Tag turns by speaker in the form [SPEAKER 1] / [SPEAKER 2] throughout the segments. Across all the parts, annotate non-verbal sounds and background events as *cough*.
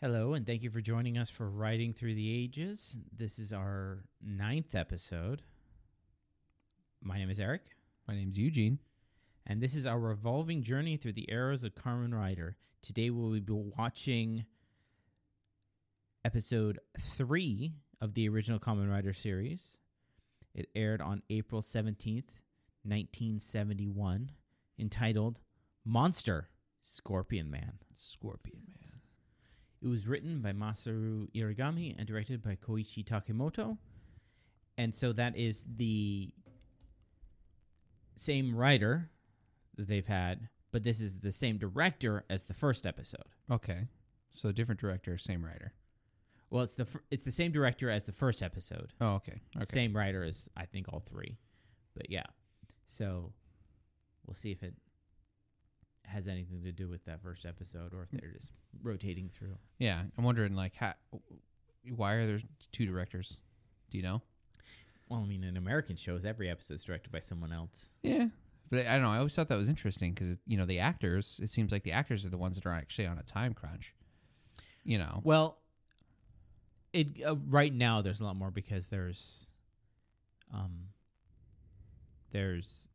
[SPEAKER 1] Hello, and thank you for joining us for Riding Through the Ages. This is our ninth episode. My name is Eric,
[SPEAKER 2] My name's Eugene.
[SPEAKER 1] and this is our revolving journey through the eras of Carmen Ryder. Today, we'll be watching episode three of the original Carmen Ryder series. It aired on April 17th, 1971, entitled Monster Scorpion Man.
[SPEAKER 2] Scorpion Man.
[SPEAKER 1] It was written by Masaru Irigami and directed by Koichi Takemoto. And so that is the same writer that they've had, but this is the same director as the first episode.
[SPEAKER 2] Okay. So different director, same writer.
[SPEAKER 1] Well, it's the fir- it's the same director as the first episode.
[SPEAKER 2] Oh, okay. Okay.
[SPEAKER 1] Same writer as I think all three. But yeah. So we'll see if it has anything to do with that first episode or if they're just rotating through.
[SPEAKER 2] Yeah, I'm wondering like how, why are there two directors? Do you know?
[SPEAKER 1] Well, I mean, in American shows, every episode's directed by someone else.
[SPEAKER 2] Yeah. But I don't know. I always thought that was interesting because you know the actors. It seems like the actors are the ones that are actually on a time crunch. You know.
[SPEAKER 1] Well, it uh, right now there's a lot more because there's, um, there's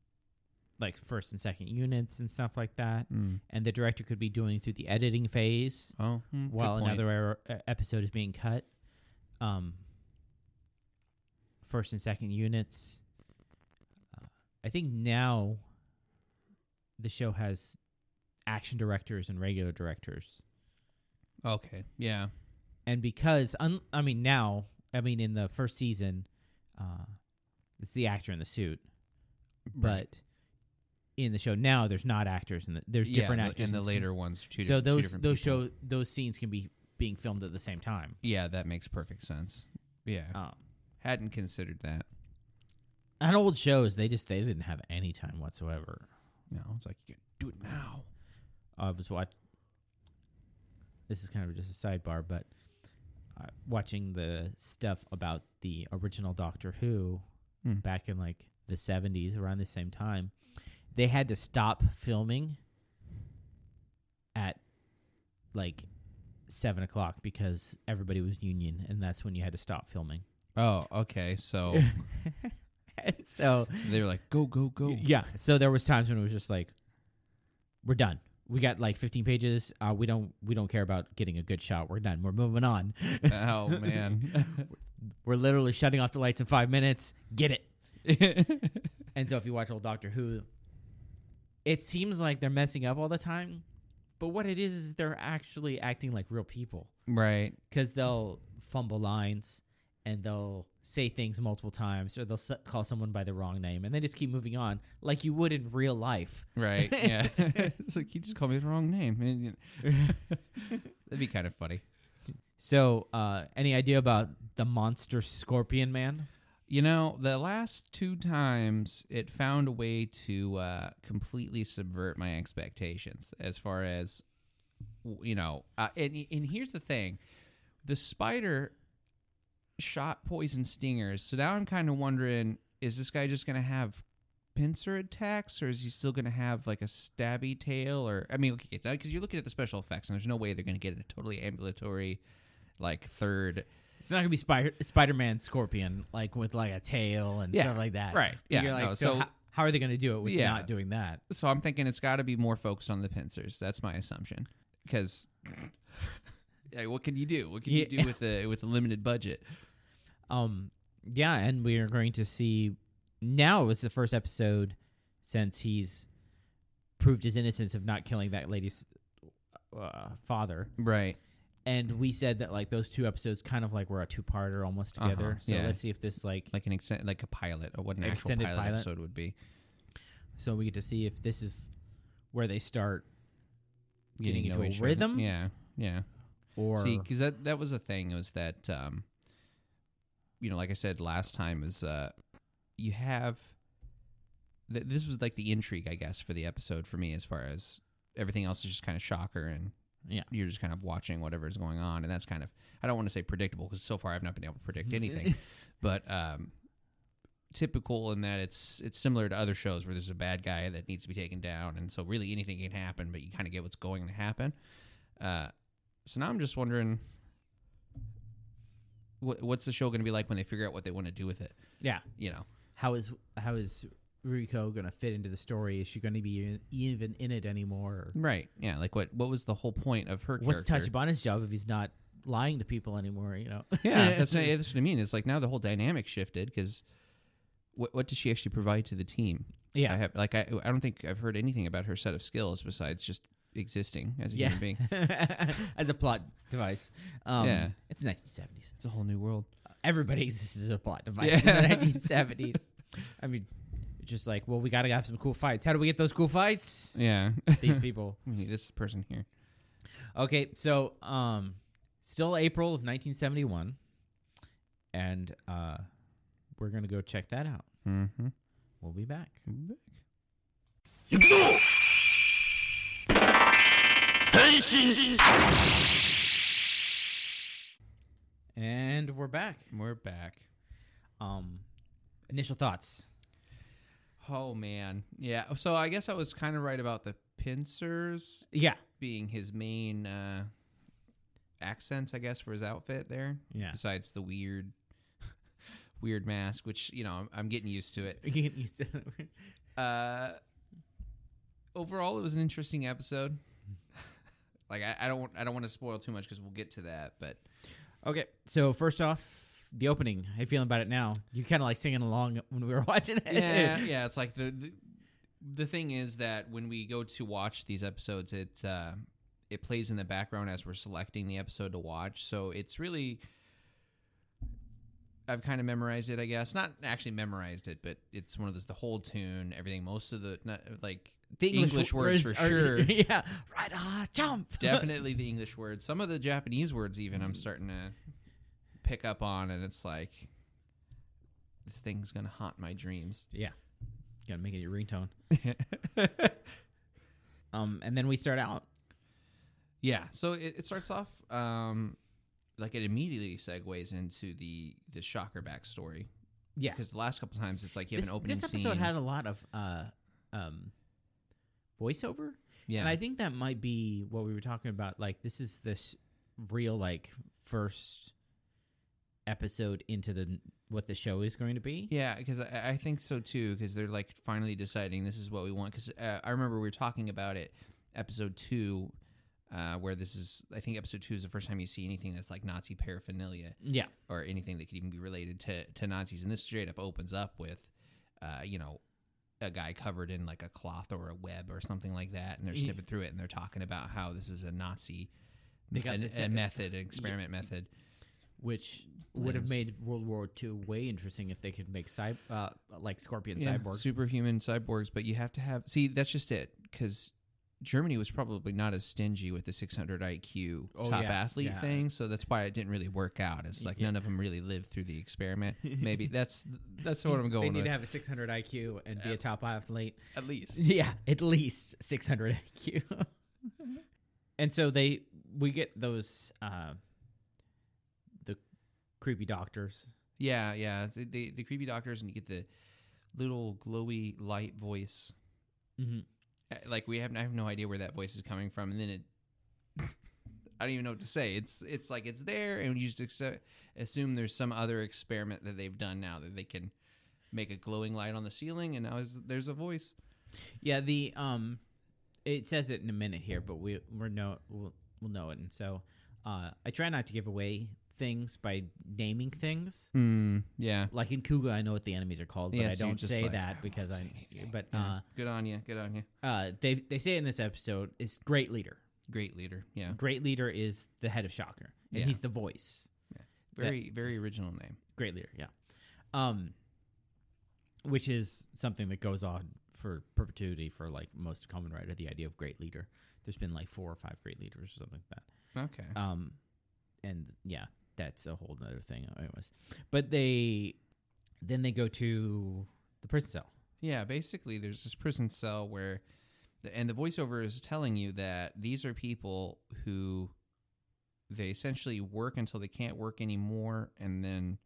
[SPEAKER 1] like first and second units and stuff like that,
[SPEAKER 2] Mm.
[SPEAKER 1] and the director could be doing through the editing phase
[SPEAKER 2] Oh, mm, good
[SPEAKER 1] while
[SPEAKER 2] point.
[SPEAKER 1] another er- uh, episode is being cut. Um, first and second units. Uh, I think now the show has action directors and regular directors.
[SPEAKER 2] Okay. Yeah.
[SPEAKER 1] and because un- I mean now, I mean in the first season, uh, it's the actor in the suit,
[SPEAKER 2] Right.
[SPEAKER 1] but in the show now, there's not actors and the, there's
[SPEAKER 2] Yeah,
[SPEAKER 1] different
[SPEAKER 2] the-
[SPEAKER 1] actors
[SPEAKER 2] and the
[SPEAKER 1] in
[SPEAKER 2] later ones are two.
[SPEAKER 1] so
[SPEAKER 2] different- two
[SPEAKER 1] those
[SPEAKER 2] different
[SPEAKER 1] those
[SPEAKER 2] people.
[SPEAKER 1] show those scenes can be being filmed at the same time.
[SPEAKER 2] Yeah, that makes perfect sense. Yeah,
[SPEAKER 1] Um,
[SPEAKER 2] hadn't considered that.
[SPEAKER 1] and old shows, they just they didn't have any time whatsoever.
[SPEAKER 2] No, it's like you can do it now.
[SPEAKER 1] I was watch. This is kind of just a sidebar, but uh, watching the stuff about the original Doctor Who
[SPEAKER 2] Hmm.
[SPEAKER 1] back in like the seventies, around the same time, they had to stop filming at like seven o'clock because everybody was union, and that's when you had to stop filming.
[SPEAKER 2] Oh, okay. So,
[SPEAKER 1] *laughs* and so,
[SPEAKER 2] so they were like, go, go, go.
[SPEAKER 1] Yeah. So there was times when it was just like, we're done. We got like 15 pages. Uh, we don't we don't care about getting a good shot. We're done. We're moving on.
[SPEAKER 2] *laughs* Oh man.
[SPEAKER 1] We're literally shutting off the lights in five minutes. Get it. And so if you watch old Doctor Who, it seems like they're messing up all the time. But what it is is they're actually acting like real people
[SPEAKER 2] right.
[SPEAKER 1] because they'll fumble lines and they'll say things multiple times or they'll s- call someone by the wrong name and they just keep moving on like you would in real life.
[SPEAKER 2] Right. Yeah. *laughs* it's like you just called me the wrong name. And, you *laughs* that'd be kind of funny.
[SPEAKER 1] So, uh, any idea about the monster scorpion man?
[SPEAKER 2] You know, the last two times it found a way to uh, completely subvert my expectations as far as w- you know. Uh, and and here's the thing: the spider shot poison stingers. So now I'm kind of wondering: is this guy just gonna have pincer attacks, or is he still gonna have like a stabby tail? Or I mean, because you're looking at the special effects, and there's no way they're gonna get a totally ambulatory, like third
[SPEAKER 1] It's not gonna be Spider Spider Man scorpion like with like a tail and
[SPEAKER 2] Yeah,
[SPEAKER 1] stuff like that,
[SPEAKER 2] right,
[SPEAKER 1] But
[SPEAKER 2] yeah,
[SPEAKER 1] You're like,
[SPEAKER 2] no,
[SPEAKER 1] so,
[SPEAKER 2] so-
[SPEAKER 1] ho- how are they gonna do it with
[SPEAKER 2] Yeah.
[SPEAKER 1] not doing that?
[SPEAKER 2] So I'm thinking it's got to be more focused on the pincers. That's my assumption. *laughs* Because what can you do? What can you
[SPEAKER 1] Yeah.
[SPEAKER 2] do with a with a limited budget?
[SPEAKER 1] Um, yeah, and we are going to see now. It's the first episode since he's proved his innocence of not killing that lady's uh, father,
[SPEAKER 2] Right.
[SPEAKER 1] and we said that like those two episodes kind of like were a two parter almost
[SPEAKER 2] Uh-huh,
[SPEAKER 1] together. So
[SPEAKER 2] yeah.
[SPEAKER 1] let's see if this like
[SPEAKER 2] Like an extent, like a pilot, or what an
[SPEAKER 1] An
[SPEAKER 2] actual
[SPEAKER 1] extended
[SPEAKER 2] pilot,
[SPEAKER 1] pilot.
[SPEAKER 2] episode would be.
[SPEAKER 1] so we get to see if this is where they start Getting
[SPEAKER 2] to
[SPEAKER 1] into
[SPEAKER 2] know
[SPEAKER 1] a
[SPEAKER 2] each other.
[SPEAKER 1] rhythm?
[SPEAKER 2] Yeah. Yeah.
[SPEAKER 1] or
[SPEAKER 2] See, because that that was the thing was that um, you know, like I said last time, is uh, you have th- this was like the intrigue, I guess, for the episode for me, as far as everything else is just kind of shocker and
[SPEAKER 1] Yeah.
[SPEAKER 2] you're just kind of watching whatever is going on, and that's kind of I don't want to say predictable because so far I've not been able to predict
[SPEAKER 1] Mm-hmm. *laughs*
[SPEAKER 2] anything, but um. Typical in that it's it's similar to other shows where there's a bad guy that needs to be taken down, and so really anything can happen, but you kind of get what's going to happen. Uh, So now I'm just wondering, wh- what's the show going to be like when they figure out what they want to do with it?
[SPEAKER 1] Yeah.
[SPEAKER 2] You know,
[SPEAKER 1] How is how is Ruiko gonna fit into the story? Is she gonna be in- even in it anymore? Or
[SPEAKER 2] right? Yeah, like what? What was the whole point of her?
[SPEAKER 1] what's
[SPEAKER 2] character?
[SPEAKER 1] Tachibana's job if he's not lying to people anymore? You know. *laughs*
[SPEAKER 2] *laughs* Yeah, that's, not- that's what I mean. It's like now the whole dynamic shifted because what what does she actually provide to the team?
[SPEAKER 1] Yeah.
[SPEAKER 2] I have like I I don't think I've heard anything about her set of skills besides just existing as a
[SPEAKER 1] yeah.
[SPEAKER 2] human being.
[SPEAKER 1] *laughs* As a plot device. Um,
[SPEAKER 2] Yeah.
[SPEAKER 1] It's 1970s.
[SPEAKER 2] *laughs* It's a whole new world.
[SPEAKER 1] Everybody exists as a plot device
[SPEAKER 2] *laughs* Yeah.
[SPEAKER 1] in the 1970s. I mean, it's just like, well, we gotta have some cool fights. How do we get those cool fights?
[SPEAKER 2] *laughs* Yeah,
[SPEAKER 1] These people.
[SPEAKER 2] We need this person here.
[SPEAKER 1] Okay, so um, still April of 1971, and uh, we're gonna go check that out.
[SPEAKER 2] Mm-hmm.
[SPEAKER 1] We'll be back. And we're back.
[SPEAKER 2] We're back.
[SPEAKER 1] Um, initial thoughts.
[SPEAKER 2] Oh man, yeah. So I guess I was kind of right about the pincers
[SPEAKER 1] Yeah,
[SPEAKER 2] being his main uh, accents, I guess, for his outfit there.
[SPEAKER 1] yeah. *laughs*
[SPEAKER 2] Besides the weird, *laughs* weird mask, which you know I'm, I'm getting used to it.
[SPEAKER 1] Get used to it.
[SPEAKER 2] Uh, overall, it was an interesting episode. *laughs* like I, I don't, I don't want to spoil too much because we'll get to that. But
[SPEAKER 1] okay, so first off, the opening. How you feeling about it now? You kind of like singing along when we were *laughs* watching it.
[SPEAKER 2] yeah, *laughs* yeah. It's like the, the the thing is that when we go to watch these episodes, it uh, it plays in the background as we're selecting the episode to watch. So it's really I've kind of memorized it, I guess. Not actually memorized it, but it's one of those the whole tune, everything. Most of the not, like
[SPEAKER 1] the English,
[SPEAKER 2] English words for
[SPEAKER 1] are- *laughs*
[SPEAKER 2] sure.
[SPEAKER 1] yeah, right. Ah, jump. *laughs*
[SPEAKER 2] definitely the English words. Some of the Japanese words, even I'm starting to pick up on, and it's like this thing's gonna haunt my dreams.
[SPEAKER 1] Yeah. Gotta make it your
[SPEAKER 2] *laughs*
[SPEAKER 1] ringtone. um, and then we start out.
[SPEAKER 2] Yeah. So it, it starts off um, like it immediately segues into the the shocker backstory
[SPEAKER 1] Yeah.
[SPEAKER 2] because the last couple times it's like you have
[SPEAKER 1] This,
[SPEAKER 2] an opening
[SPEAKER 1] this episode
[SPEAKER 2] scene.
[SPEAKER 1] had a lot of uh, um, voiceover.
[SPEAKER 2] yeah.
[SPEAKER 1] And I think that might be what we were talking about. Like, this is this real, like, first episode into the what the show is going to be.
[SPEAKER 2] yeah, because I, I think so too. Because they're like finally deciding this is what we want. Because uh, I remember we were talking about it, episode two, uh, where this is. I think episode two is the first time you see anything that's like Nazi paraphernalia.
[SPEAKER 1] Yeah.
[SPEAKER 2] or anything that could even be related to, to Nazis. And this straight up opens up with, uh, you know, a guy covered in like a cloth or a web or something like that, and they're
[SPEAKER 1] Ye-
[SPEAKER 2] snipping through it and they're talking about how this is a Nazi
[SPEAKER 1] They got
[SPEAKER 2] an-
[SPEAKER 1] the
[SPEAKER 2] a
[SPEAKER 1] tech- *laughs*
[SPEAKER 2] method, an experiment method.
[SPEAKER 1] Which would have
[SPEAKER 2] Lens.
[SPEAKER 1] made World War II way interesting if they could make cy- uh, like scorpion cyborgs.
[SPEAKER 2] superhuman cyborgs, but you have to have see that's just it because Germany was probably not as stingy with the 600 IQ
[SPEAKER 1] Oh,
[SPEAKER 2] top
[SPEAKER 1] yeah,
[SPEAKER 2] athlete
[SPEAKER 1] yeah.
[SPEAKER 2] thing, so that's why it didn't really work out. It's like none of them really lived through
[SPEAKER 1] *laughs*
[SPEAKER 2] the experiment. Maybe that's that's what
[SPEAKER 1] they
[SPEAKER 2] I'm going
[SPEAKER 1] need
[SPEAKER 2] with.
[SPEAKER 1] to have a 600 IQ and be a top athlete.
[SPEAKER 2] At least,
[SPEAKER 1] Yeah, at least 600 IQ. and so they we get those uh the creepy doctors.
[SPEAKER 2] Yeah, yeah. The, the the creepy doctors, and you get the little glowy light voice.
[SPEAKER 1] Mhm.
[SPEAKER 2] Uh, Like we have, I have no idea where that voice is coming from, and then it. *laughs* I don't even know what to say. It's it's like it's there, and you just accept, assume there's some other experiment that they've done now that they can make a glowing light on the ceiling, and now is, there's a voice.
[SPEAKER 1] Yeah, the um it says it in a minute here, but we we're know we'll, we'll know it. And so uh I try not to give away things by naming things.
[SPEAKER 2] Hmm. Yeah.
[SPEAKER 1] Like in Kuga, I know what the enemies are called, but
[SPEAKER 2] Yeah,
[SPEAKER 1] I
[SPEAKER 2] so you're
[SPEAKER 1] don't
[SPEAKER 2] just
[SPEAKER 1] say
[SPEAKER 2] like, I
[SPEAKER 1] that
[SPEAKER 2] won't
[SPEAKER 1] because
[SPEAKER 2] say
[SPEAKER 1] I.
[SPEAKER 2] anything.
[SPEAKER 1] But
[SPEAKER 2] Yeah. good on you. Good on you.
[SPEAKER 1] uh, uh, they they say it in this episode is great leader.
[SPEAKER 2] Great leader. Yeah.
[SPEAKER 1] Great leader is the head of Shocker, and
[SPEAKER 2] Yeah.
[SPEAKER 1] he's the voice.
[SPEAKER 2] Very very original name.
[SPEAKER 1] great leader yeah um which is something that goes on for perpetuity for like most common writer the idea of great leader there's been like four or five great leaders or something like
[SPEAKER 2] Okay.
[SPEAKER 1] that um and yeah that's a whole other thing anyways but they then they go to the prison cell
[SPEAKER 2] Yeah, basically, there's this prison cell where, the, and the voiceover is telling you that these are people who they essentially work until they can't work anymore and then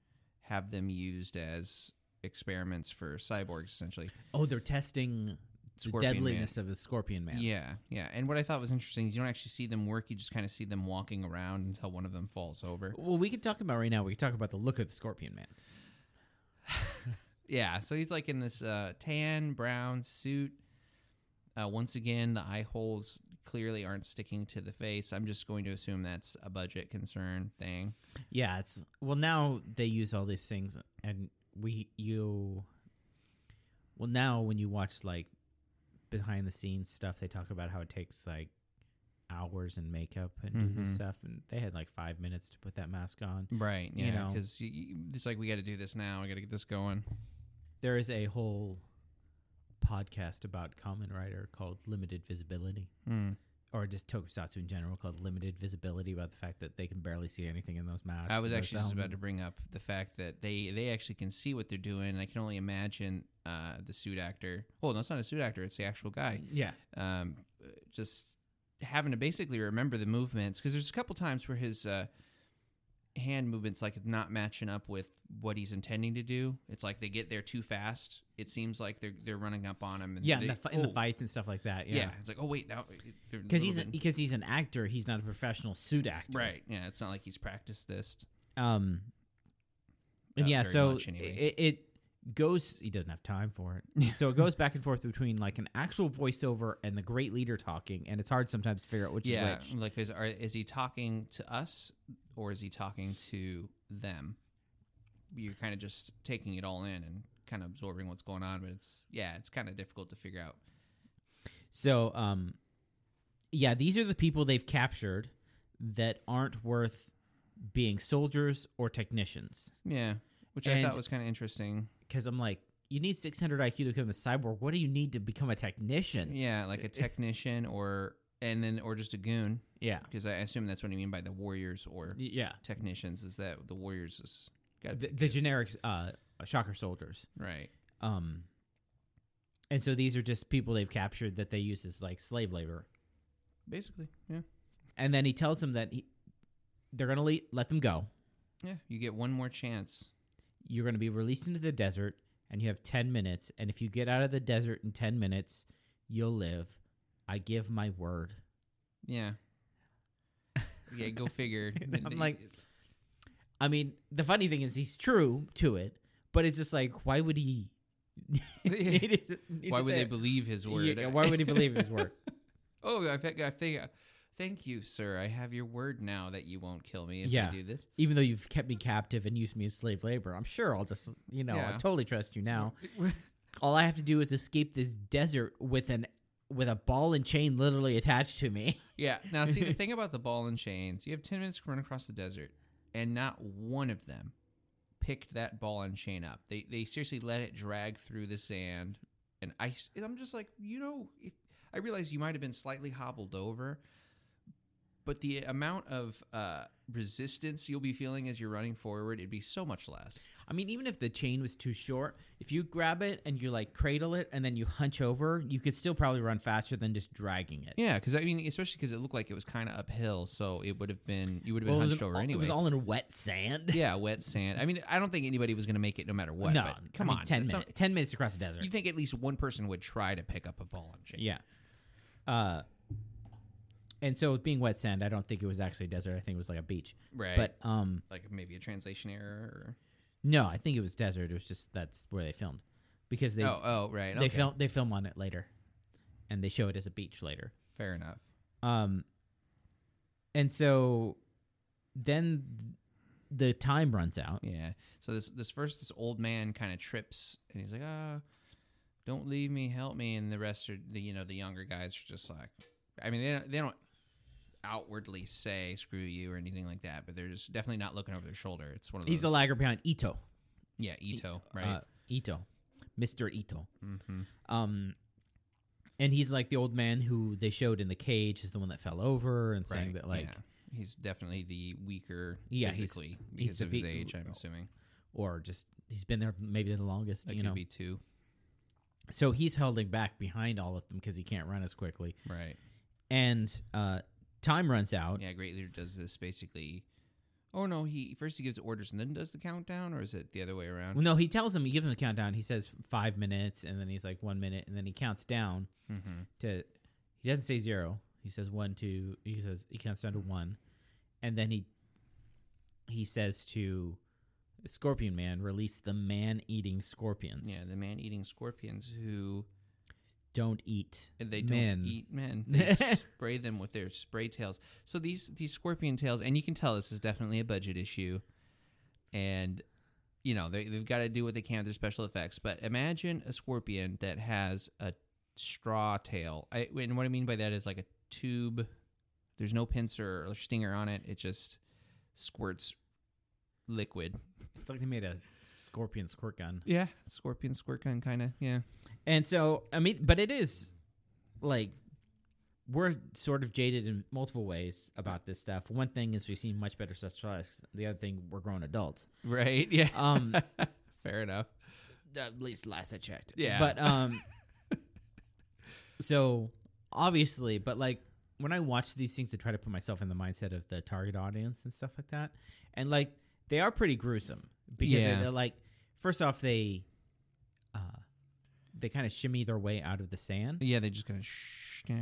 [SPEAKER 2] have them used as experiments for cyborgs, essentially.
[SPEAKER 1] oh they're testing
[SPEAKER 2] Scorpion
[SPEAKER 1] the
[SPEAKER 2] Man.
[SPEAKER 1] deadliness of the Scorpion Man.
[SPEAKER 2] Yeah, yeah. And what I thought was interesting is you don't actually see them work; you just kind of see them walking around until one of them falls over.
[SPEAKER 1] Well, we could talk about right now. We could talk about the look of the Scorpion Man.
[SPEAKER 2] Yeah, so he's like in this uh, tan brown suit. Uh, once again, the eye holes clearly aren't sticking to the face. I'm just going to assume that's a budget concern thing.
[SPEAKER 1] Yeah, it's well now they use all these things, and we you. Well, now when you watch like behind the scenes stuff, they talk about how it takes like hours and makeup and do
[SPEAKER 2] Mhm.
[SPEAKER 1] this stuff, and they had like five minutes to put that mask on.
[SPEAKER 2] Right.
[SPEAKER 1] You
[SPEAKER 2] Yeah.
[SPEAKER 1] know.
[SPEAKER 2] Because it's like we got to do this now. We got to get this going.
[SPEAKER 1] There is a whole podcast about Common Rider called Limited Visibility.
[SPEAKER 2] Hmm.
[SPEAKER 1] Or just tokusatsu in general, called limited visibility, about the fact that they can barely see anything in those masks.
[SPEAKER 2] I was
[SPEAKER 1] and those um,
[SPEAKER 2] actually just about
[SPEAKER 1] helmets.
[SPEAKER 2] to bring up the fact that they they actually can see what they're doing. I can only imagine uh, the suit actor. Well, no, it's not a suit actor. It's the actual guy.
[SPEAKER 1] Yeah,
[SPEAKER 2] um, just having to basically remember the movements because there's a couple times where his uh, hand movements like not matching up with what he's intending to do. It's like they get there too fast. It seems like they're they're running up on him. And
[SPEAKER 1] yeah,
[SPEAKER 2] they,
[SPEAKER 1] in, the, fi- in
[SPEAKER 2] oh,
[SPEAKER 1] the fights and stuff like that.
[SPEAKER 2] Yeah.
[SPEAKER 1] Yeah,
[SPEAKER 2] it's like oh wait now they're a
[SPEAKER 1] because he's
[SPEAKER 2] little
[SPEAKER 1] an,
[SPEAKER 2] bit-
[SPEAKER 1] because he's an actor. He's not a professional suit actor,
[SPEAKER 2] right. Yeah, it's not like he's practiced this.
[SPEAKER 1] Um, and
[SPEAKER 2] Uh,
[SPEAKER 1] yeah,
[SPEAKER 2] very
[SPEAKER 1] so
[SPEAKER 2] much anyway.
[SPEAKER 1] it, it goes. He doesn't have time for it, so it goes back
[SPEAKER 2] *laughs*
[SPEAKER 1] and forth between like an actual voiceover and the great leader talking, and it's hard sometimes to figure out which
[SPEAKER 2] yeah,
[SPEAKER 1] is which.
[SPEAKER 2] like is are, is he talking to us or is he talking to them? You're kind of just taking it all in and kind of absorbing what's going on, but it's yeah, it's kind of difficult to figure out.
[SPEAKER 1] So, um, yeah, these are the people they've captured that aren't worth being soldiers or technicians.
[SPEAKER 2] Yeah, which I
[SPEAKER 1] And-
[SPEAKER 2] thought was kind of interesting.
[SPEAKER 1] Because I'm like, you need 600 IQ to become a cyborg. What do you need to become a technician?
[SPEAKER 2] Yeah, like a technician or and then or just a goon
[SPEAKER 1] Yeah,
[SPEAKER 2] because I assume that's what you mean by the warriors or
[SPEAKER 1] Y- yeah.
[SPEAKER 2] technicians is that the warriors is got
[SPEAKER 1] The, the generic uh, shocker soldiers.
[SPEAKER 2] right.
[SPEAKER 1] Um, and so these are just people they've captured that they use as like slave labor.
[SPEAKER 2] Basically, yeah,
[SPEAKER 1] And then he tells them that he, they're going to le- let them go.
[SPEAKER 2] yeah. You get one more chance.
[SPEAKER 1] You're going to be released into the desert and you have 10 minutes. And if you get out of the desert in 10 minutes, you'll live. I give my word. *laughs*
[SPEAKER 2] Yeah. Yeah, go figure.
[SPEAKER 1] I'm like- I mean, the funny thing is he's true to it, but it's just like, why would
[SPEAKER 2] *laughs*
[SPEAKER 1] he? *laughs* need to- need
[SPEAKER 2] why
[SPEAKER 1] to
[SPEAKER 2] would
[SPEAKER 1] say
[SPEAKER 2] they
[SPEAKER 1] it?
[SPEAKER 2] believe his word?
[SPEAKER 1] Yeah, why would he believe his word?
[SPEAKER 2] *laughs* oh, I think, I think, thank you, sir. I have your word now that you won't kill me if
[SPEAKER 1] Yeah.
[SPEAKER 2] I
[SPEAKER 1] *laughs*
[SPEAKER 2] do this.
[SPEAKER 1] Even though you've kept me captive and used me as slave labor, I'm sure I'll just, you know, I
[SPEAKER 2] Yeah.
[SPEAKER 1] totally trust you now. all I have to do is escape this desert with an with a ball and chain literally attached to me. *laughs*
[SPEAKER 2] Yeah. Now, see, the thing about the ball and chains, you have 10 minutes to run across the desert, and not one of them picked that ball and chain up. They, they seriously let it drag through the sand. And, I, s- and I'm just like, you know, if, I realize you might have been slightly hobbled over, but the amount of uh, resistance you'll be feeling as you're running forward, it'd be so much less.
[SPEAKER 1] I mean, even if the chain was too short, if you grab it and you like cradle it and then you hunch over, you could still probably run faster than just dragging it.
[SPEAKER 2] Yeah, because I mean, especially because it looked like it was kind of uphill, so it would have been, you would have been
[SPEAKER 1] Well, it, was
[SPEAKER 2] hunched
[SPEAKER 1] an-
[SPEAKER 2] over
[SPEAKER 1] it
[SPEAKER 2] anyway.
[SPEAKER 1] was all in wet sand.
[SPEAKER 2] yeah, wet sand. I mean, I don't think anybody was going to make it no matter
[SPEAKER 1] *laughs*
[SPEAKER 2] what.
[SPEAKER 1] no,
[SPEAKER 2] but come
[SPEAKER 1] I mean,
[SPEAKER 2] on,
[SPEAKER 1] ten
[SPEAKER 2] that's
[SPEAKER 1] minutes,
[SPEAKER 2] not-
[SPEAKER 1] ten minutes across the desert.
[SPEAKER 2] you think at least one person would try to pick up a ball and chain?
[SPEAKER 1] yeah. Uh, and so with being wet sand, I don't think it was actually a desert. I think it was like a beach.
[SPEAKER 2] right.
[SPEAKER 1] But um,
[SPEAKER 2] like maybe a translation error.
[SPEAKER 1] no, I think it was desert. It was just that's where they filmed because they
[SPEAKER 2] Or... Oh, oh, right.
[SPEAKER 1] They
[SPEAKER 2] okay.
[SPEAKER 1] film they film on it later, and they show it as a beach later.
[SPEAKER 2] Fair enough.
[SPEAKER 1] Um, and so then the time runs out.
[SPEAKER 2] Yeah. So this this first this old man kind of trips and he's like, ah, don't leave me, help me, and the rest are the you know the younger guys are just like, I mean they don't, they don't outwardly say screw you or anything like that, but they're just definitely not looking over their shoulder. It's one of
[SPEAKER 1] He's the
[SPEAKER 2] those-
[SPEAKER 1] lagger behind Ito,
[SPEAKER 2] Yeah, Ito, right?
[SPEAKER 1] uh, Ito, Mister Ito.
[SPEAKER 2] mm-hmm.
[SPEAKER 1] Um, and he's like the old man who they showed in the cage is the one that fell over and saying that like
[SPEAKER 2] yeah. he's definitely the weaker
[SPEAKER 1] Yeah, he's-
[SPEAKER 2] physically
[SPEAKER 1] he's
[SPEAKER 2] because
[SPEAKER 1] the
[SPEAKER 2] of his
[SPEAKER 1] ve-
[SPEAKER 2] age. I'm assuming
[SPEAKER 1] or just he's been there maybe the longest
[SPEAKER 2] that
[SPEAKER 1] you
[SPEAKER 2] could
[SPEAKER 1] know
[SPEAKER 2] be two,
[SPEAKER 1] so he's holding back behind all of them because he can't run as quickly
[SPEAKER 2] right?
[SPEAKER 1] and uh time runs out
[SPEAKER 2] Yeah, Great Leader does this basically Oh no, he first he gives orders and then does the countdown, or is it the other way around?
[SPEAKER 1] Well, no, he tells him, he gives him the countdown. He says five minutes, and then he's like one minute, and then he counts down
[SPEAKER 2] Mm-hmm.
[SPEAKER 1] to. He doesn't say zero. He says one, two. He says he counts down to
[SPEAKER 2] Mm-hmm.
[SPEAKER 1] one, and then he. He says to, Scorpion Man, release the man-eating scorpions.
[SPEAKER 2] Yeah, the man-eating scorpions who
[SPEAKER 1] don't eat.
[SPEAKER 2] And They don't
[SPEAKER 1] Men.
[SPEAKER 2] eat men. They spray them with their spray tails. So these these scorpion tails, and you can tell this is definitely a budget issue, and you know they, they've got to do what they can with their special effects. But imagine a scorpion that has a straw tail. I, and what I mean by that is like a tube. There's no pincer or stinger on it. It just squirts liquid.
[SPEAKER 1] It's like they made a scorpion squirt gun.
[SPEAKER 2] Yeah, scorpion squirt gun kind of. Yeah. *laughs*
[SPEAKER 1] And so, I mean, but it is like we're sort of jaded in multiple ways about this stuff. One thing is we've seen much better such products. The other thing, we're grown adults.
[SPEAKER 2] Right. Yeah.
[SPEAKER 1] Um,
[SPEAKER 2] Fair enough.
[SPEAKER 1] *laughs* at least last I checked.
[SPEAKER 2] Yeah.
[SPEAKER 1] But um, *laughs* so obviously, but like when I watch these things, to try to put myself in the mindset of the target audience and stuff like that, and like they are pretty gruesome because
[SPEAKER 2] Yeah.
[SPEAKER 1] they're like, first off, they uh, they kind of shimmy their way out of the sand.
[SPEAKER 2] Yeah, they just kind of sh- eh,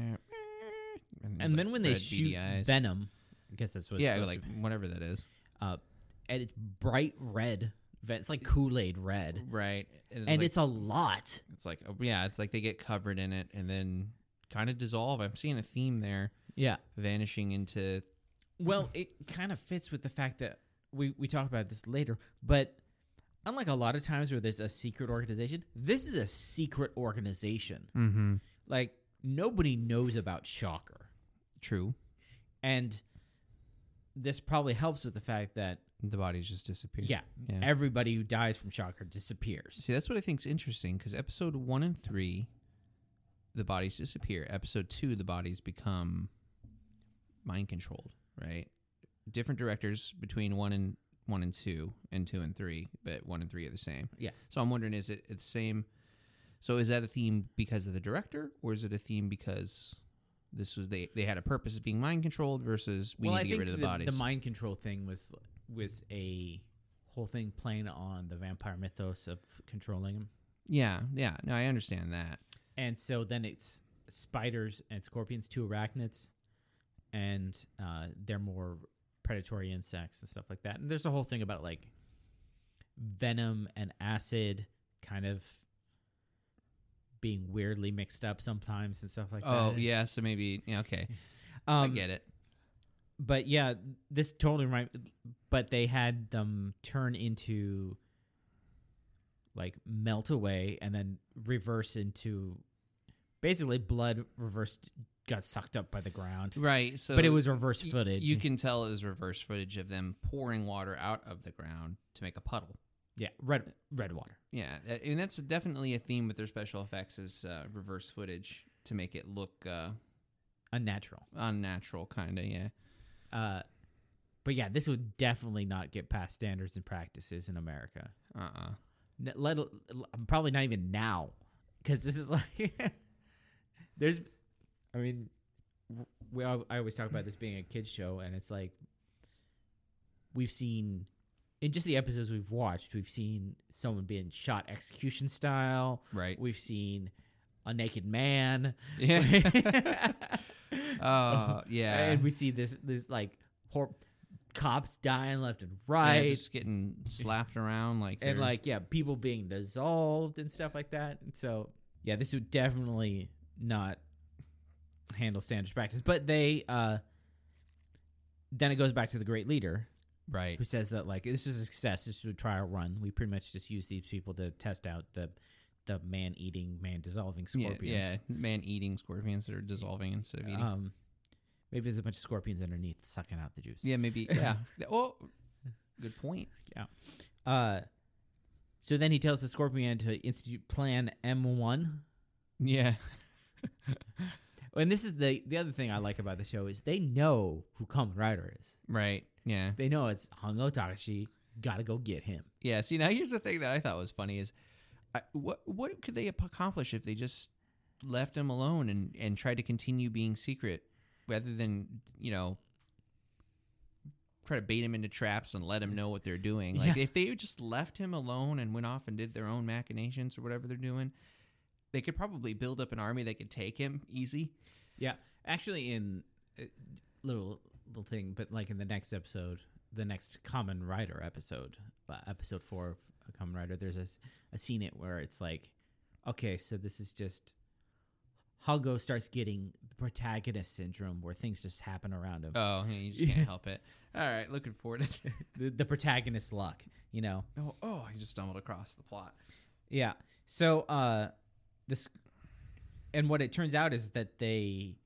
[SPEAKER 2] and,
[SPEAKER 1] and then when they
[SPEAKER 2] red
[SPEAKER 1] shoot
[SPEAKER 2] beady eyes.
[SPEAKER 1] venom, I guess that's what it's
[SPEAKER 2] yeah,
[SPEAKER 1] supposed
[SPEAKER 2] like
[SPEAKER 1] to
[SPEAKER 2] whatever that is,
[SPEAKER 1] Uh, and it's bright red. ve- It's like Kool Aid red,
[SPEAKER 2] right? And it's
[SPEAKER 1] and
[SPEAKER 2] like,
[SPEAKER 1] it's a lot.
[SPEAKER 2] it's like oh, yeah, it's like they get covered in it and then kind of dissolve. I'm seeing a theme there,
[SPEAKER 1] Yeah.
[SPEAKER 2] vanishing into
[SPEAKER 1] Well, it kind of fits with the fact that we we talk about this later, but unlike a lot of times where there's a secret organization, this is a secret organization.
[SPEAKER 2] mm-hmm.
[SPEAKER 1] Like nobody knows about Shocker,
[SPEAKER 2] true.
[SPEAKER 1] and this probably helps with the fact that
[SPEAKER 2] The bodies just disappear.
[SPEAKER 1] yeah,
[SPEAKER 2] yeah.
[SPEAKER 1] everybody who dies from Shocker disappears.
[SPEAKER 2] See, that's what I think's interesting because episode one and three, the bodies disappear. Episode two, the bodies become mind controlled. Right, different directors between one and one and two, and two and three, but one and three are the same.
[SPEAKER 1] Yeah.
[SPEAKER 2] So I'm wondering, is it the same? So is that a theme because of the director, or is it a theme because this was they they had a purpose of being mind controlled versus we
[SPEAKER 1] well,
[SPEAKER 2] need to
[SPEAKER 1] I
[SPEAKER 2] get
[SPEAKER 1] think
[SPEAKER 2] rid of the,
[SPEAKER 1] the,
[SPEAKER 2] bodies?
[SPEAKER 1] the mind control thing was was a whole thing playing on the vampire mythos of controlling them.
[SPEAKER 2] yeah, yeah. No, I understand that.
[SPEAKER 1] and so then it's spiders and scorpions, two arachnids, and uh, they're more predatory insects and stuff like that. And there's a whole thing about like venom and acid kind of being weirdly mixed up sometimes and stuff like
[SPEAKER 2] oh
[SPEAKER 1] that.
[SPEAKER 2] yeah, so maybe yeah, okay,
[SPEAKER 1] um,
[SPEAKER 2] I get it.
[SPEAKER 1] But yeah, this totally right. But they had them turn into like melt away and then reverse into basically blood reversed got sucked up by the ground.
[SPEAKER 2] Right. So,
[SPEAKER 1] but it was reverse
[SPEAKER 2] y-
[SPEAKER 1] footage.
[SPEAKER 2] You can tell it was reverse footage of them pouring water out of the ground to make a puddle.
[SPEAKER 1] yeah, red red water.
[SPEAKER 2] Yeah, tha- and that's definitely a theme with their special effects is uh, reverse footage to make it look uh,
[SPEAKER 1] Unnatural.
[SPEAKER 2] unnatural, kind of. Yeah.
[SPEAKER 1] Uh but yeah, this would definitely not get past standards and practices in America.
[SPEAKER 2] Uh. uh
[SPEAKER 1] N- Let, al- l- probably not even now, because this is *laughs* like there's. I mean, w- we al- I always talk about this being a kids show, and it's like we've seen in just the episodes we've watched, we've seen someone being shot execution style.
[SPEAKER 2] Right.
[SPEAKER 1] We've seen a naked man.
[SPEAKER 2] *laughs* Yeah. uh,
[SPEAKER 1] *laughs*
[SPEAKER 2] yeah.
[SPEAKER 1] Oh, and we see this this like hor- cops dying left and
[SPEAKER 2] Yeah,
[SPEAKER 1] right.
[SPEAKER 2] just getting slapped around like
[SPEAKER 1] and
[SPEAKER 2] they're-
[SPEAKER 1] like yeah people being dissolved and stuff like that and so yeah this would definitely not handle standards practice but they uh then it goes back to the great leader
[SPEAKER 2] right.
[SPEAKER 1] who says that like this was a success this was a trial run we pretty much just used these people to test out the the man eating man dissolving
[SPEAKER 2] Yeah,
[SPEAKER 1] scorpions
[SPEAKER 2] yeah, man eating scorpions that are dissolving instead of eating.
[SPEAKER 1] um maybe there's a bunch of scorpions underneath sucking out the juice
[SPEAKER 2] yeah,
[SPEAKER 1] *laughs*
[SPEAKER 2] maybe. Yeah. oh, good point.
[SPEAKER 1] uh so then he tells the scorpion to institute plan m1
[SPEAKER 2] Yeah.
[SPEAKER 1] And this is the the other thing I like about the show is they know who Kamen Rider is.
[SPEAKER 2] Right. Yeah.
[SPEAKER 1] They know it's Hongo Takashi. Gotta go get him.
[SPEAKER 2] Yeah. See, now here's the thing that I thought was funny is, I, what what could they accomplish if they just left him alone and and tried to continue being secret rather than you know try to bait him into traps and let him know what they're doing. Like
[SPEAKER 1] Yeah.
[SPEAKER 2] if they just left him alone and went off and did their own machinations or whatever they're doing, they could probably build up an army that could take him *laughs* easy.
[SPEAKER 1] Yeah, actually, in uh, little little thing, but like in the next episode, the next Common Rider episode, uh, episode four of a Common Rider, there's a, s- a scene it where it's like, okay, so this is just Hugo starts getting the protagonist syndrome where things just happen around him.
[SPEAKER 2] Oh, yeah, you just
[SPEAKER 1] Yeah.
[SPEAKER 2] can't help it. All right, looking forward to *laughs* it.
[SPEAKER 1] the, the protagonist luck, you know.
[SPEAKER 2] Oh, oh, I just stumbled across the plot.
[SPEAKER 1] Yeah. So uh this and what it turns out is that they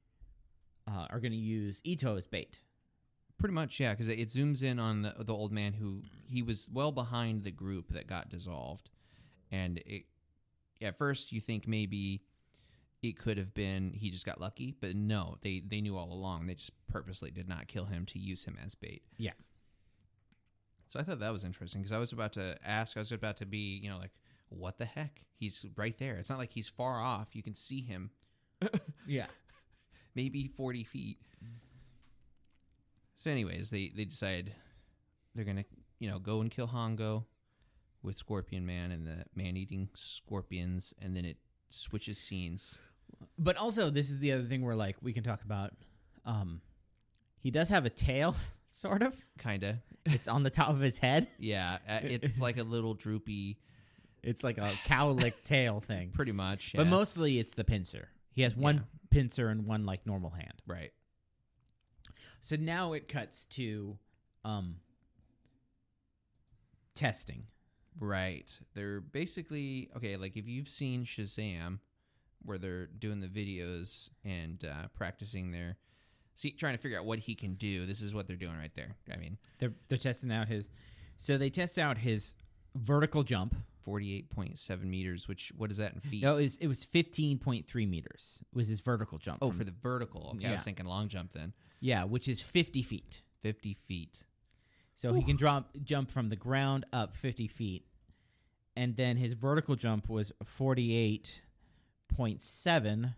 [SPEAKER 1] uh, are going to use Ito as bait.
[SPEAKER 2] Pretty much, yeah, because it, it zooms in on the the old man who he was well behind the group that got dissolved, and it at first you think maybe it could have been he just got lucky, but no, they they knew all along. They just purposely did not kill him to use him as bait.
[SPEAKER 1] Yeah.
[SPEAKER 2] So I thought that was interesting because I was about to ask, I was about to be, you know, like, what the heck? He's right there. It's not like he's far off. You can see him
[SPEAKER 1] Yeah.
[SPEAKER 2] maybe 40 feet. So, anyways, they, they decide they're going to, you know, go and kill Hongo with Scorpion Man and the man eating scorpions. And then it switches scenes.
[SPEAKER 1] But also, this is the other thing where like we can talk about. Um, he does have a tail, *laughs* sort of.
[SPEAKER 2] Kind of.
[SPEAKER 1] It's on the top of his head.
[SPEAKER 2] Yeah. uh, It's like a little droopy,
[SPEAKER 1] It's like a cowlick tail
[SPEAKER 2] *laughs*
[SPEAKER 1] thing.
[SPEAKER 2] pretty much.
[SPEAKER 1] But
[SPEAKER 2] yeah.
[SPEAKER 1] mostly, it's the pincer. He has one
[SPEAKER 2] Yeah.
[SPEAKER 1] pincer and one like normal hand.
[SPEAKER 2] Right.
[SPEAKER 1] So now it cuts to um, testing.
[SPEAKER 2] Right. They're basically okay. Like if you've seen Shazam, where they're doing the videos and uh, practicing their, see, trying to figure out what he can do. This is what they're doing right there. I mean,
[SPEAKER 1] They're they're testing out his. So they test out his vertical jump.
[SPEAKER 2] forty-eight point seven meters. Which what is that in feet?
[SPEAKER 1] No, it was, it was fifteen point three meters. Was his vertical jump?
[SPEAKER 2] oh,
[SPEAKER 1] from-
[SPEAKER 2] for the vertical. Okay, I
[SPEAKER 1] Yeah.
[SPEAKER 2] was thinking long jump then.
[SPEAKER 1] yeah, which is fifty feet.
[SPEAKER 2] Fifty feet.
[SPEAKER 1] So he can drop jump from the ground up 50 feet. And then his vertical jump was 48.7,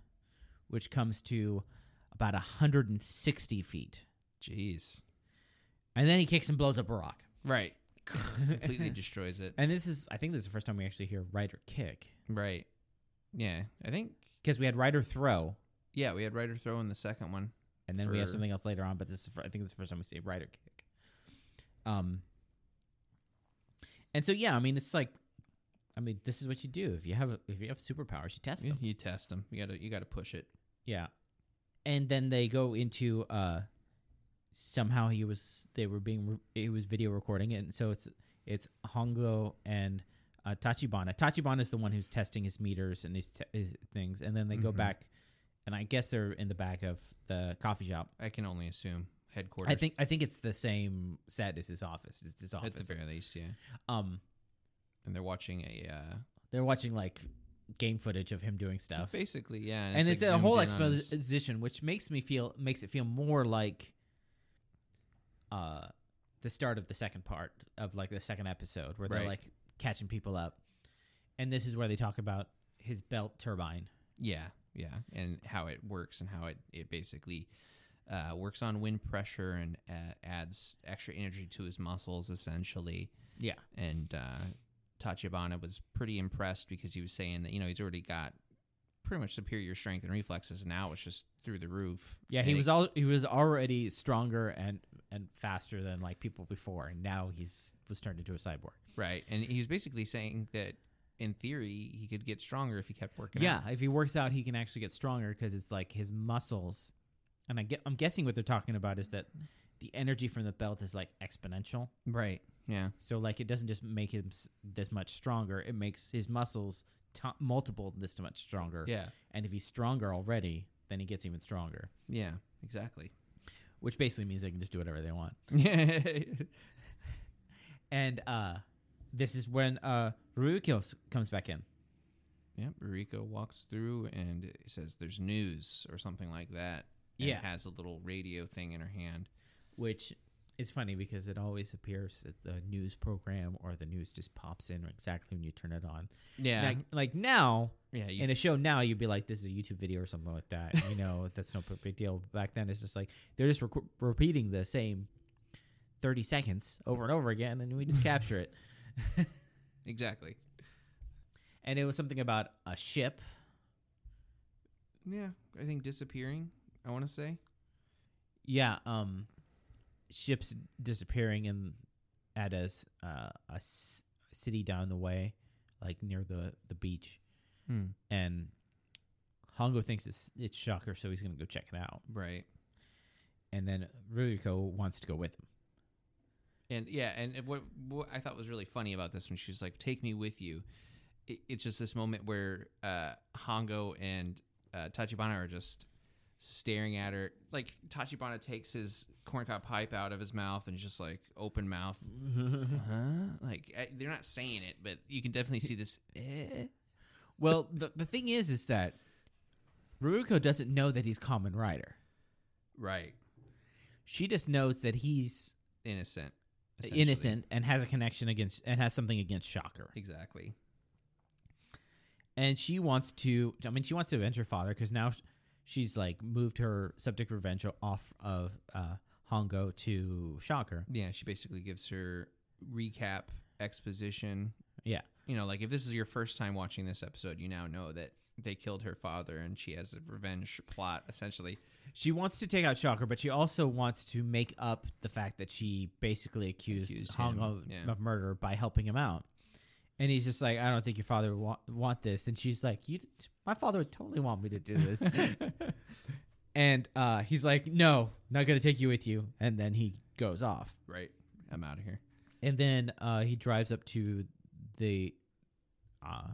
[SPEAKER 1] which comes to about 160 feet.
[SPEAKER 2] Jeez.
[SPEAKER 1] And then he kicks and blows up a rock.
[SPEAKER 2] Right. *laughs*
[SPEAKER 1] *laughs*
[SPEAKER 2] Completely destroys it.
[SPEAKER 1] And this is, I think this is the first time we actually hear Ryder kick.
[SPEAKER 2] Right. Yeah. I think.
[SPEAKER 1] Because we had Ryder throw,
[SPEAKER 2] Yeah, we had Ryder throw in the second one.
[SPEAKER 1] and then we have
[SPEAKER 2] For-
[SPEAKER 1] something else later on, but this is, I think this is the first time we see Ryder kick. Um, and so, yeah, I mean, it's like, I mean, this is what you do. If you have, if you have superpowers, you test
[SPEAKER 2] Yeah,
[SPEAKER 1] them.
[SPEAKER 2] you test him. You gotta you gotta push it.
[SPEAKER 1] Yeah. And then they go into uh somehow he was they were being re- it was video recording and so it's it's Hongo and uh, Tachibana. Tachibana is the one who's testing his meters and his, te- his things and then they go
[SPEAKER 2] Mhm.
[SPEAKER 1] back and I guess they're in the back of the coffee shop.
[SPEAKER 2] I can only assume headquarters.
[SPEAKER 1] I think I think it's the same set as his office. It's his
[SPEAKER 2] at the
[SPEAKER 1] office.
[SPEAKER 2] very least, yeah.
[SPEAKER 1] Um
[SPEAKER 2] and they're watching a uh,
[SPEAKER 1] they're watching like game footage of him doing stuff.
[SPEAKER 2] basically yeah
[SPEAKER 1] and it's,
[SPEAKER 2] like,
[SPEAKER 1] a whole
[SPEAKER 2] zoomed in on his-
[SPEAKER 1] exposition, which makes me feel makes it feel more like uh the start of the second part of like the second episode where
[SPEAKER 2] Right.
[SPEAKER 1] they're like catching people up, and this is where they talk about his belt turbine.
[SPEAKER 2] yeah yeah and how it works and how it it basically uh, works on wind pressure and uh, adds extra energy to his muscles essentially
[SPEAKER 1] Yeah,
[SPEAKER 2] and uh, Tachibana was pretty impressed because he was saying that you know he's already got pretty much superior strength and reflexes and now it's just through the roof
[SPEAKER 1] yeah.
[SPEAKER 2] And
[SPEAKER 1] He
[SPEAKER 2] it-
[SPEAKER 1] was all he was already stronger and and faster than like people before, and now he's was turned into a cyborg.
[SPEAKER 2] right and he was basically saying that in theory he could get stronger if he kept working out.
[SPEAKER 1] Yeah, if he works out, he can actually get stronger because it's like his muscles. And I get, I'm guessing what they're talking about is that the energy from the belt is like exponential.
[SPEAKER 2] right yeah
[SPEAKER 1] So like it doesn't just make him s- this much stronger; it makes his muscles t- multiple this much stronger.
[SPEAKER 2] yeah
[SPEAKER 1] And if he's stronger already, then he gets even stronger,
[SPEAKER 2] yeah exactly *laughs*
[SPEAKER 1] which basically means they can just do whatever they want.
[SPEAKER 2] right.
[SPEAKER 1] And uh, this is when uh, Ryukyo s- comes back in.
[SPEAKER 2] Yep, Rico walks through and it says there's news or something like that. and
[SPEAKER 1] Yeah.
[SPEAKER 2] Has a little radio thing in her hand.
[SPEAKER 1] which is funny because it always appears at the news program or the news just pops in exactly when you turn it on.
[SPEAKER 2] Yeah.
[SPEAKER 1] Like, like now,
[SPEAKER 2] yeah. You,
[SPEAKER 1] in a show now, you'd be like, this is a YouTube video or something like that. *laughs* You know, that's no big deal. Back then, it's just like they're just rec- repeating the same 30 seconds over and over again and we
[SPEAKER 2] *laughs*
[SPEAKER 1] just capture it.
[SPEAKER 2] Exactly.
[SPEAKER 1] And it was something about a ship.
[SPEAKER 2] Yeah, I think disappearing. I want to say.
[SPEAKER 1] Yeah, um ships disappearing in at a, s- uh, a s- city down the way like near the the beach
[SPEAKER 2] Hmm.
[SPEAKER 1] and Hongo thinks it's it's shocker so he's going to go check it out.
[SPEAKER 2] Right.
[SPEAKER 1] And then Ryuko wants to go with him.
[SPEAKER 2] And yeah, and it- what, what I thought was really funny about this when she was like, "Take me with you," it, it's just this moment where uh, Hongo and uh, Tachibana are just staring at her. Like Tachibana takes his corncob pipe out of his mouth and is just like open mouth, huh? Like I, they're not saying it, but you can definitely see this. Eh?
[SPEAKER 1] Well, the the thing is, is that Ruruko doesn't know that he's Common Rider.
[SPEAKER 2] Right,
[SPEAKER 1] She just knows that he's
[SPEAKER 2] innocent, essentially.
[SPEAKER 1] innocent and has a connection against and has something against Shocker.
[SPEAKER 2] Exactly.
[SPEAKER 1] And she wants to. I mean, she wants to avenge her father because now sh- she's like moved her subject revenge off of uh, Hongo to Shocker.
[SPEAKER 2] Yeah, she basically gives her recap exposition
[SPEAKER 1] Yeah,
[SPEAKER 2] you know, like if this is your first time watching this episode, you now know that they killed her father and she has a revenge plot essentially.
[SPEAKER 1] she wants to take out Shocker, but she also wants to make up the fact that she basically accused,
[SPEAKER 2] Accused him,
[SPEAKER 1] Hongo
[SPEAKER 2] yeah.
[SPEAKER 1] of murder by helping him out. And he's just like, I don't think your father would want, want this. And she's like, you, my father would totally want me to do
[SPEAKER 2] *laughs*
[SPEAKER 1] this. and uh, he's like, no, not going to take you with you. And then he goes off.
[SPEAKER 2] Right. I'm out of here.
[SPEAKER 1] And then uh, he drives up to the uh,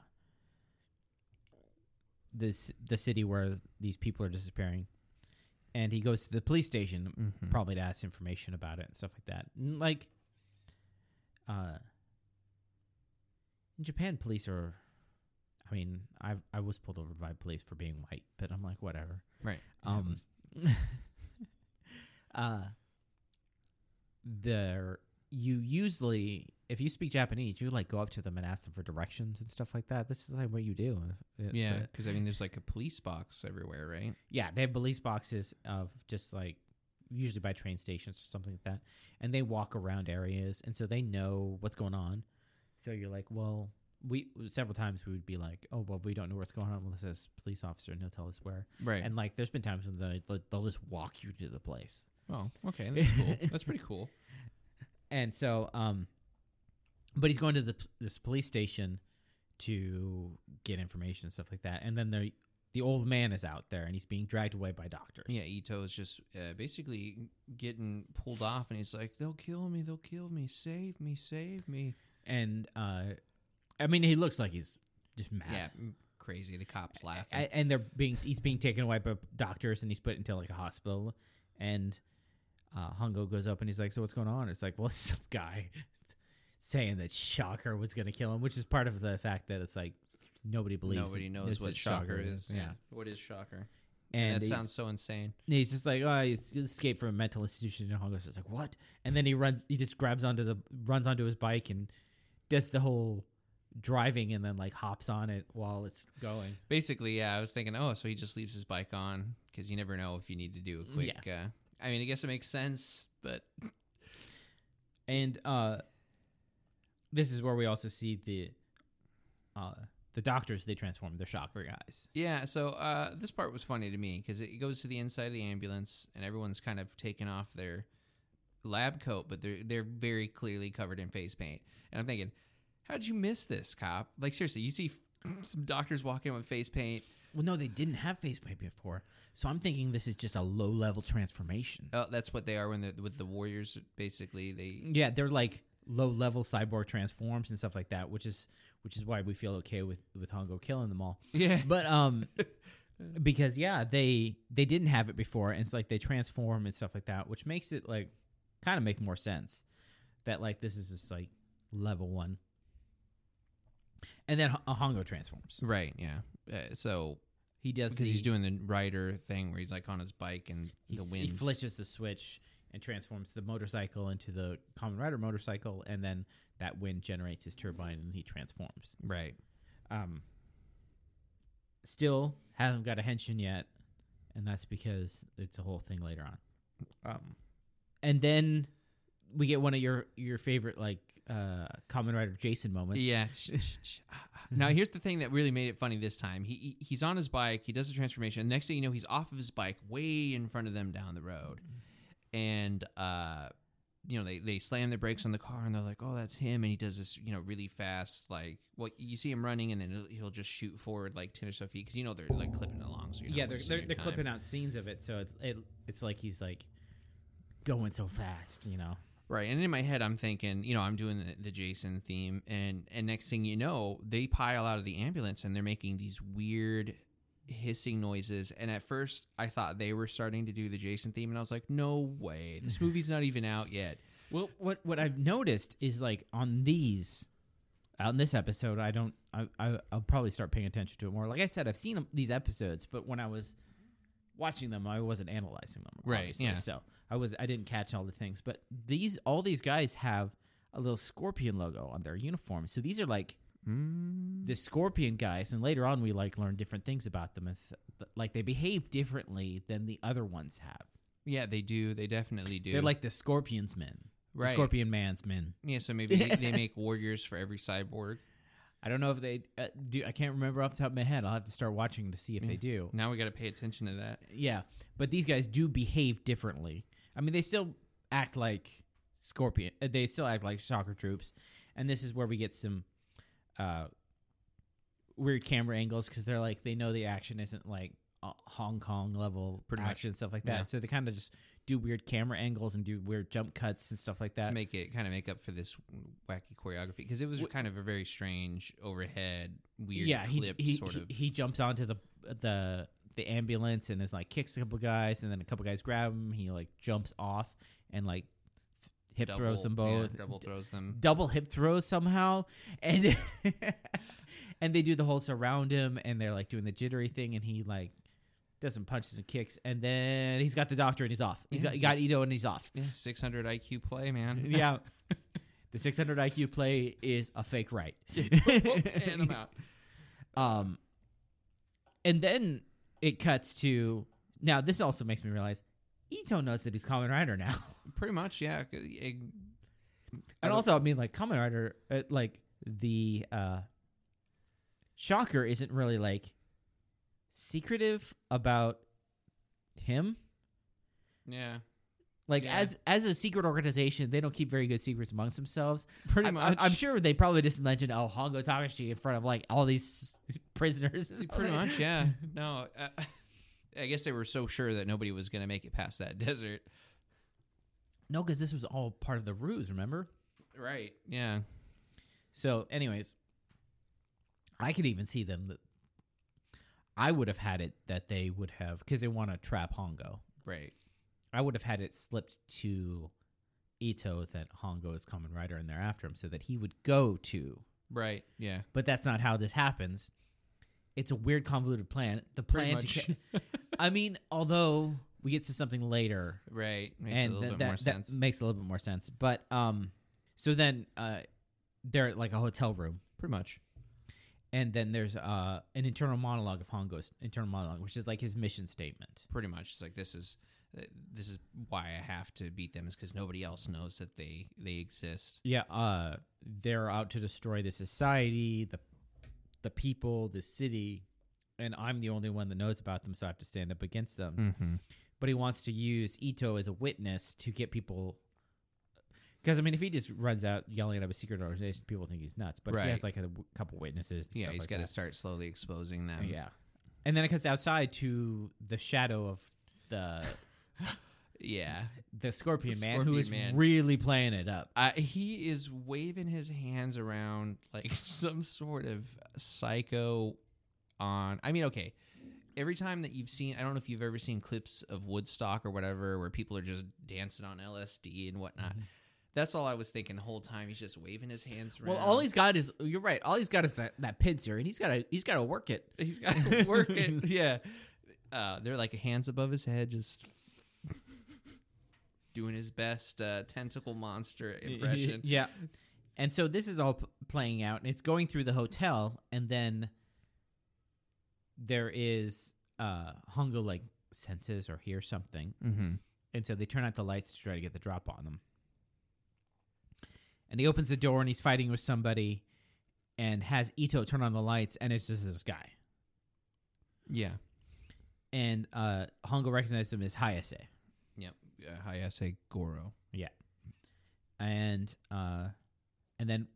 [SPEAKER 1] this the city where these people are disappearing, and he goes to the police station
[SPEAKER 2] Mm-hmm.
[SPEAKER 1] probably to ask information about it and stuff like that. And like, uh, in Japan, police are. I mean, I I was pulled over by police for being white, but I'm like whatever.
[SPEAKER 2] Right.
[SPEAKER 1] Um, *laughs* uh, there you usually if you speak Japanese, you like go up to them and ask them for directions and stuff like that. This is like what you do. It's,
[SPEAKER 2] yeah,
[SPEAKER 1] uh,
[SPEAKER 2] because I mean, there's like a police box everywhere, right?
[SPEAKER 1] yeah, they have police boxes of just like usually by train stations or something like that, and they walk around areas, and so they know what's going on. So you're like, well, we several times we would be like, oh, well, we don't know what's going on unless this police officer and he'll tell us where.
[SPEAKER 2] Right.
[SPEAKER 1] And like, there's been times when they they'll just walk you to the place,
[SPEAKER 2] oh,
[SPEAKER 1] *laughs*
[SPEAKER 2] okay, that's cool. that's pretty cool.
[SPEAKER 1] and so um, but he's going to the, this police station to get information and stuff like that, and then the the old man is out there and he's being dragged away by doctors.
[SPEAKER 2] Yeah, Ito is just uh, basically getting pulled off, and he's like, "They'll kill me! They'll kill me! Save me! Save me!"
[SPEAKER 1] and uh, I mean, he looks like he's just mad.
[SPEAKER 2] Yeah, mm, crazy. The cops
[SPEAKER 1] A-
[SPEAKER 2] laughing.
[SPEAKER 1] And, they're being he's being taken away by doctors, and he's put into like a hospital. And uh, Hongo goes up and he's like, "So what's going on?" It's like, "Well, *laughs* some guy saying that Shocker was going to kill him," which is part of the fact that it's like nobody believes.
[SPEAKER 2] Nobody
[SPEAKER 1] it-
[SPEAKER 2] knows
[SPEAKER 1] it's
[SPEAKER 2] what
[SPEAKER 1] just
[SPEAKER 2] shocker is.
[SPEAKER 1] Yeah,
[SPEAKER 2] What is shocker?
[SPEAKER 1] and
[SPEAKER 2] that
[SPEAKER 1] he's-
[SPEAKER 2] sounds so insane.
[SPEAKER 1] He's just like, oh, he es- escaped from a mental institution. And Hongo's just like, what? And then he runs, he just grabs onto the, runs onto his bike and does the whole driving and then like hops on it while it's going.
[SPEAKER 2] Basically, yeah, I was thinking, oh, so he just leaves his bike on because you never know if you need to do a quick. Uh, I mean, I guess it makes sense, but
[SPEAKER 1] And, uh, this is where we also see the, uh, the doctors, they transform their shocker guys.
[SPEAKER 2] yeah. So uh, this part was funny to me because it goes to the inside of the ambulance and everyone's kind of taking off their lab coat, but they're they're very clearly covered in face paint. And I'm thinking, how'd you miss this, cop? Like seriously, you see *clears throat* some doctors walking with face paint.
[SPEAKER 1] Well, no, they didn't have face paint before. So I'm thinking this is just a low level transformation.
[SPEAKER 2] Oh, that's what they are when they're with the warriors. Basically, they
[SPEAKER 1] *laughs* yeah they're like low level cyborg transforms and stuff like that which is which is why we feel okay with with hongo killing them all
[SPEAKER 2] yeah.
[SPEAKER 1] but um because yeah they they didn't have it before and it's like they transform and stuff like that which makes it like kind of make more sense that like this is just like level one and then H- uh, hongo transforms
[SPEAKER 2] *laughs* Right, yeah. Uh, so
[SPEAKER 1] he does
[SPEAKER 2] because
[SPEAKER 1] the-
[SPEAKER 2] he's doing the rider thing where he's like on his bike and the
[SPEAKER 1] he's-
[SPEAKER 2] wind.
[SPEAKER 1] He flinches the switch and transforms the motorcycle into the common rider motorcycle, and then that wind generates his turbine, and he transforms.
[SPEAKER 2] right.
[SPEAKER 1] Um, still haven't got a henshin yet, and that's because it's a whole thing later on. Um, and then we get one of your your favorite like uh common writer Jason moments. *laughs*
[SPEAKER 2] Yeah. ah, now here's the thing that really made it funny this time. He he- he's on his bike. He does the transformation. next thing you know, he's off of his bike, way in front of them down the road, and uh, you know they they slam their brakes on the car and they're like, oh, that's him. And he does this you know really fast like well you see him running and then he'll, he'll just shoot forward like ten or so feet because you know they're like clipping along. So you're not
[SPEAKER 1] yeah. They're
[SPEAKER 2] wasting
[SPEAKER 1] they're,
[SPEAKER 2] your
[SPEAKER 1] they're
[SPEAKER 2] time.
[SPEAKER 1] clipping out scenes of it, so it's it, it's like he's like going so fast, you know.
[SPEAKER 2] Right, and in my head, I'm thinking, you know, I'm doing the, the Jason theme, and and next thing you know, they pile out of the ambulance, and they're making these weird hissing noises. And at first, I thought they were starting to do the Jason theme, and I was like, no way,
[SPEAKER 1] *laughs*
[SPEAKER 2] this movie's not even out yet.
[SPEAKER 1] Well, what what I've noticed is like on these, on this episode, I don't. I, I I'll probably start paying attention to it more. Like I said, I've seen 'em- these episodes, but when I was watching them, I wasn't analyzing them.
[SPEAKER 2] Right,
[SPEAKER 1] obviously.
[SPEAKER 2] yeah.
[SPEAKER 1] So I was I didn't catch all the things, but these all these guys have a little scorpion logo on their uniform. So these are like
[SPEAKER 2] Mm.
[SPEAKER 1] the scorpion guys, and later on we like learn different things about them. As like they behave differently than the other ones have.
[SPEAKER 2] Yeah, they do. They definitely do.
[SPEAKER 1] They're like the scorpions men, The
[SPEAKER 2] Right.
[SPEAKER 1] scorpion man's men.
[SPEAKER 2] yeah. So maybe they,
[SPEAKER 1] *laughs*
[SPEAKER 2] they make warriors for every cyborg.
[SPEAKER 1] I don't know if they uh, do. I can't remember off the top of my head. I'll have to start watching to see if they do.
[SPEAKER 2] Now we got to pay attention to that.
[SPEAKER 1] Yeah, but these guys do behave differently. I mean, they still act like scorpion. uh, They still act like soccer troops, and this is where we get some uh, weird camera angles because they're like they know the action isn't like uh, Hong Kong level
[SPEAKER 2] Pretty much.
[SPEAKER 1] action stuff like that.
[SPEAKER 2] Yeah.
[SPEAKER 1] So they kind of just do weird camera angles and do weird jump cuts and stuff like
[SPEAKER 2] to
[SPEAKER 1] that.
[SPEAKER 2] make it kind of make up for this wacky choreography because it was kind of a very strange overhead weird
[SPEAKER 1] yeah, he,
[SPEAKER 2] clip
[SPEAKER 1] he,
[SPEAKER 2] sort
[SPEAKER 1] he,
[SPEAKER 2] of
[SPEAKER 1] he jumps onto the the the ambulance and is like kicks a couple guys, and then a couple guys grab him. He like jumps off and like hip throws them
[SPEAKER 2] yeah,
[SPEAKER 1] both,
[SPEAKER 2] double throws
[SPEAKER 1] D-
[SPEAKER 2] them
[SPEAKER 1] double hip throws somehow, and *laughs* and they do the whole surround him, and they're like doing the jittery thing, and he like does some punches and kicks, and then he's got the doctor and he's off. He's
[SPEAKER 2] Yeah,
[SPEAKER 1] got, he got
[SPEAKER 2] just-
[SPEAKER 1] Ito and he's
[SPEAKER 2] *laughs*
[SPEAKER 1] off.
[SPEAKER 2] yeah 600 iq play man *laughs*
[SPEAKER 1] Yeah. The 600 IQ play is a fake right.
[SPEAKER 2] *laughs* and i'm out
[SPEAKER 1] Um, and then it cuts to now. This also makes me realize Ito knows that he's Common Rider now, *laughs*
[SPEAKER 2] pretty much yeah c- eh,
[SPEAKER 1] and also I mean like Common Rider, uh, like the uh, Shocker isn't really like secretive about him.
[SPEAKER 2] yeah
[SPEAKER 1] Like
[SPEAKER 2] Yeah.
[SPEAKER 1] as as a secret organization, they don't keep very good secrets amongst themselves.
[SPEAKER 2] pretty
[SPEAKER 1] I-
[SPEAKER 2] much
[SPEAKER 1] I, am sure they probably just mentioned oh Hongo Takashi in front of like all these *laughs* prisoners.
[SPEAKER 2] pretty much
[SPEAKER 1] *laughs*
[SPEAKER 2] yeah no uh, *laughs* i guess they were so sure that nobody was going to make it past that *laughs* desert
[SPEAKER 1] No, because this was all part of the ruse. Remember.
[SPEAKER 2] right yeah
[SPEAKER 1] So, anyways, I could even see them. That I would have had it that they would have because they want to trap Hongo.
[SPEAKER 2] right
[SPEAKER 1] I would have had it slipped to Ito that Hongo is Common Rider and they're after him, so that he would go to.
[SPEAKER 2] right yeah
[SPEAKER 1] But that's not how this happens. It's a weird, convoluted plan. The
[SPEAKER 2] Pretty
[SPEAKER 1] plan to.
[SPEAKER 2] much.
[SPEAKER 1] Ca- I mean, although we get to something later
[SPEAKER 2] right makes a little
[SPEAKER 1] th-
[SPEAKER 2] bit more sense
[SPEAKER 1] makes a little bit more sense. But um, so then uh, they're at like a hotel room
[SPEAKER 2] pretty much
[SPEAKER 1] and then there's uh, an internal monologue of Hongo's internal monologue, which is like his mission statement.
[SPEAKER 2] pretty much it's like this is uh, this is why I have to beat them is because nobody else knows that they they exist.
[SPEAKER 1] Yeah, uh, they're out to destroy the society, the the people, the city, and I'm the only one that knows about them, so I have to stand up against them.
[SPEAKER 2] Mm-hmm.
[SPEAKER 1] But he wants to use Ito as a witness to get people. Because I mean, if he just runs out yelling at a secret organization, people think he's nuts. But if he
[SPEAKER 2] Right.
[SPEAKER 1] has like a w- couple witnesses. And
[SPEAKER 2] Yeah,
[SPEAKER 1] stuff
[SPEAKER 2] he's
[SPEAKER 1] like
[SPEAKER 2] got to
[SPEAKER 1] that.
[SPEAKER 2] start slowly exposing them.
[SPEAKER 1] Yeah, and then it cuts outside to the shadow of the
[SPEAKER 2] yeah.
[SPEAKER 1] the Scorpion
[SPEAKER 2] The
[SPEAKER 1] Man, who
[SPEAKER 2] Scorpion
[SPEAKER 1] is
[SPEAKER 2] Man.
[SPEAKER 1] really playing it up.
[SPEAKER 2] Uh, he is waving his hands around like *laughs* some sort of psycho. On, I mean, okay. Every time that you've seen, I don't know if you've ever seen clips of Woodstock or whatever, where people are just dancing on LSD and whatnot.
[SPEAKER 1] Mm-hmm.
[SPEAKER 2] That's all I was thinking the whole time. He's just waving his hands around.
[SPEAKER 1] Well, all he's got is you're right. All he's got is that, that pincer, and he's got to he's got to work it.
[SPEAKER 2] *laughs*
[SPEAKER 1] *laughs*
[SPEAKER 2] He's got to work it. Yeah. Uh, they're like hands above his head, just *laughs* doing his best uh,
[SPEAKER 1] *laughs*
[SPEAKER 2] tentacle monster impression.
[SPEAKER 1] yeah. And so this is all p- playing out, and it's going through the hotel, and then there is uh Hongo like senses or hears something,
[SPEAKER 2] mm-hmm.
[SPEAKER 1] and so they turn out the lights to try to get the drop on them. and he opens the door and he's fighting with somebody, and has Ito turn on the lights, and it's just this guy.
[SPEAKER 2] Yeah.
[SPEAKER 1] And uh, Hongo recognizes him as Hayase,
[SPEAKER 2] Yep. Uh, Hayase Goro.
[SPEAKER 1] and uh, and then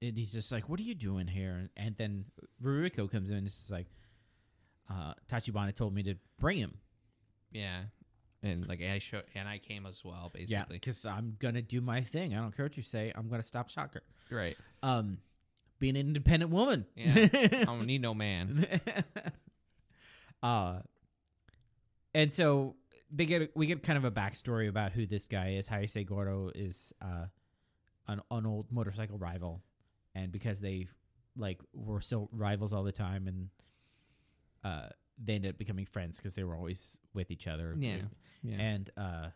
[SPEAKER 1] and he's just like, "What are you doing here?" And, and then Ruriko comes in and is just like, uh, "Tachibana told me to bring him."
[SPEAKER 2] Yeah. And like I show and I came as well,
[SPEAKER 1] Yeah,
[SPEAKER 2] basically. *laughs*
[SPEAKER 1] because I'm gonna do my thing. I don't care what you say. I'm gonna stop Shocker.
[SPEAKER 2] Right.
[SPEAKER 1] Um, being an independent woman.
[SPEAKER 2] Yeah.
[SPEAKER 1] *laughs*
[SPEAKER 2] I don't need no man.
[SPEAKER 1] uh, and so they get we get kind of a backstory about who this guy is. Hayase Goro is uh, an an old motorcycle rival, and because they like were still rivals all the time, and uh, they ended up becoming friends because they were always with each other.
[SPEAKER 2] Yeah. Yeah.
[SPEAKER 1] And uh,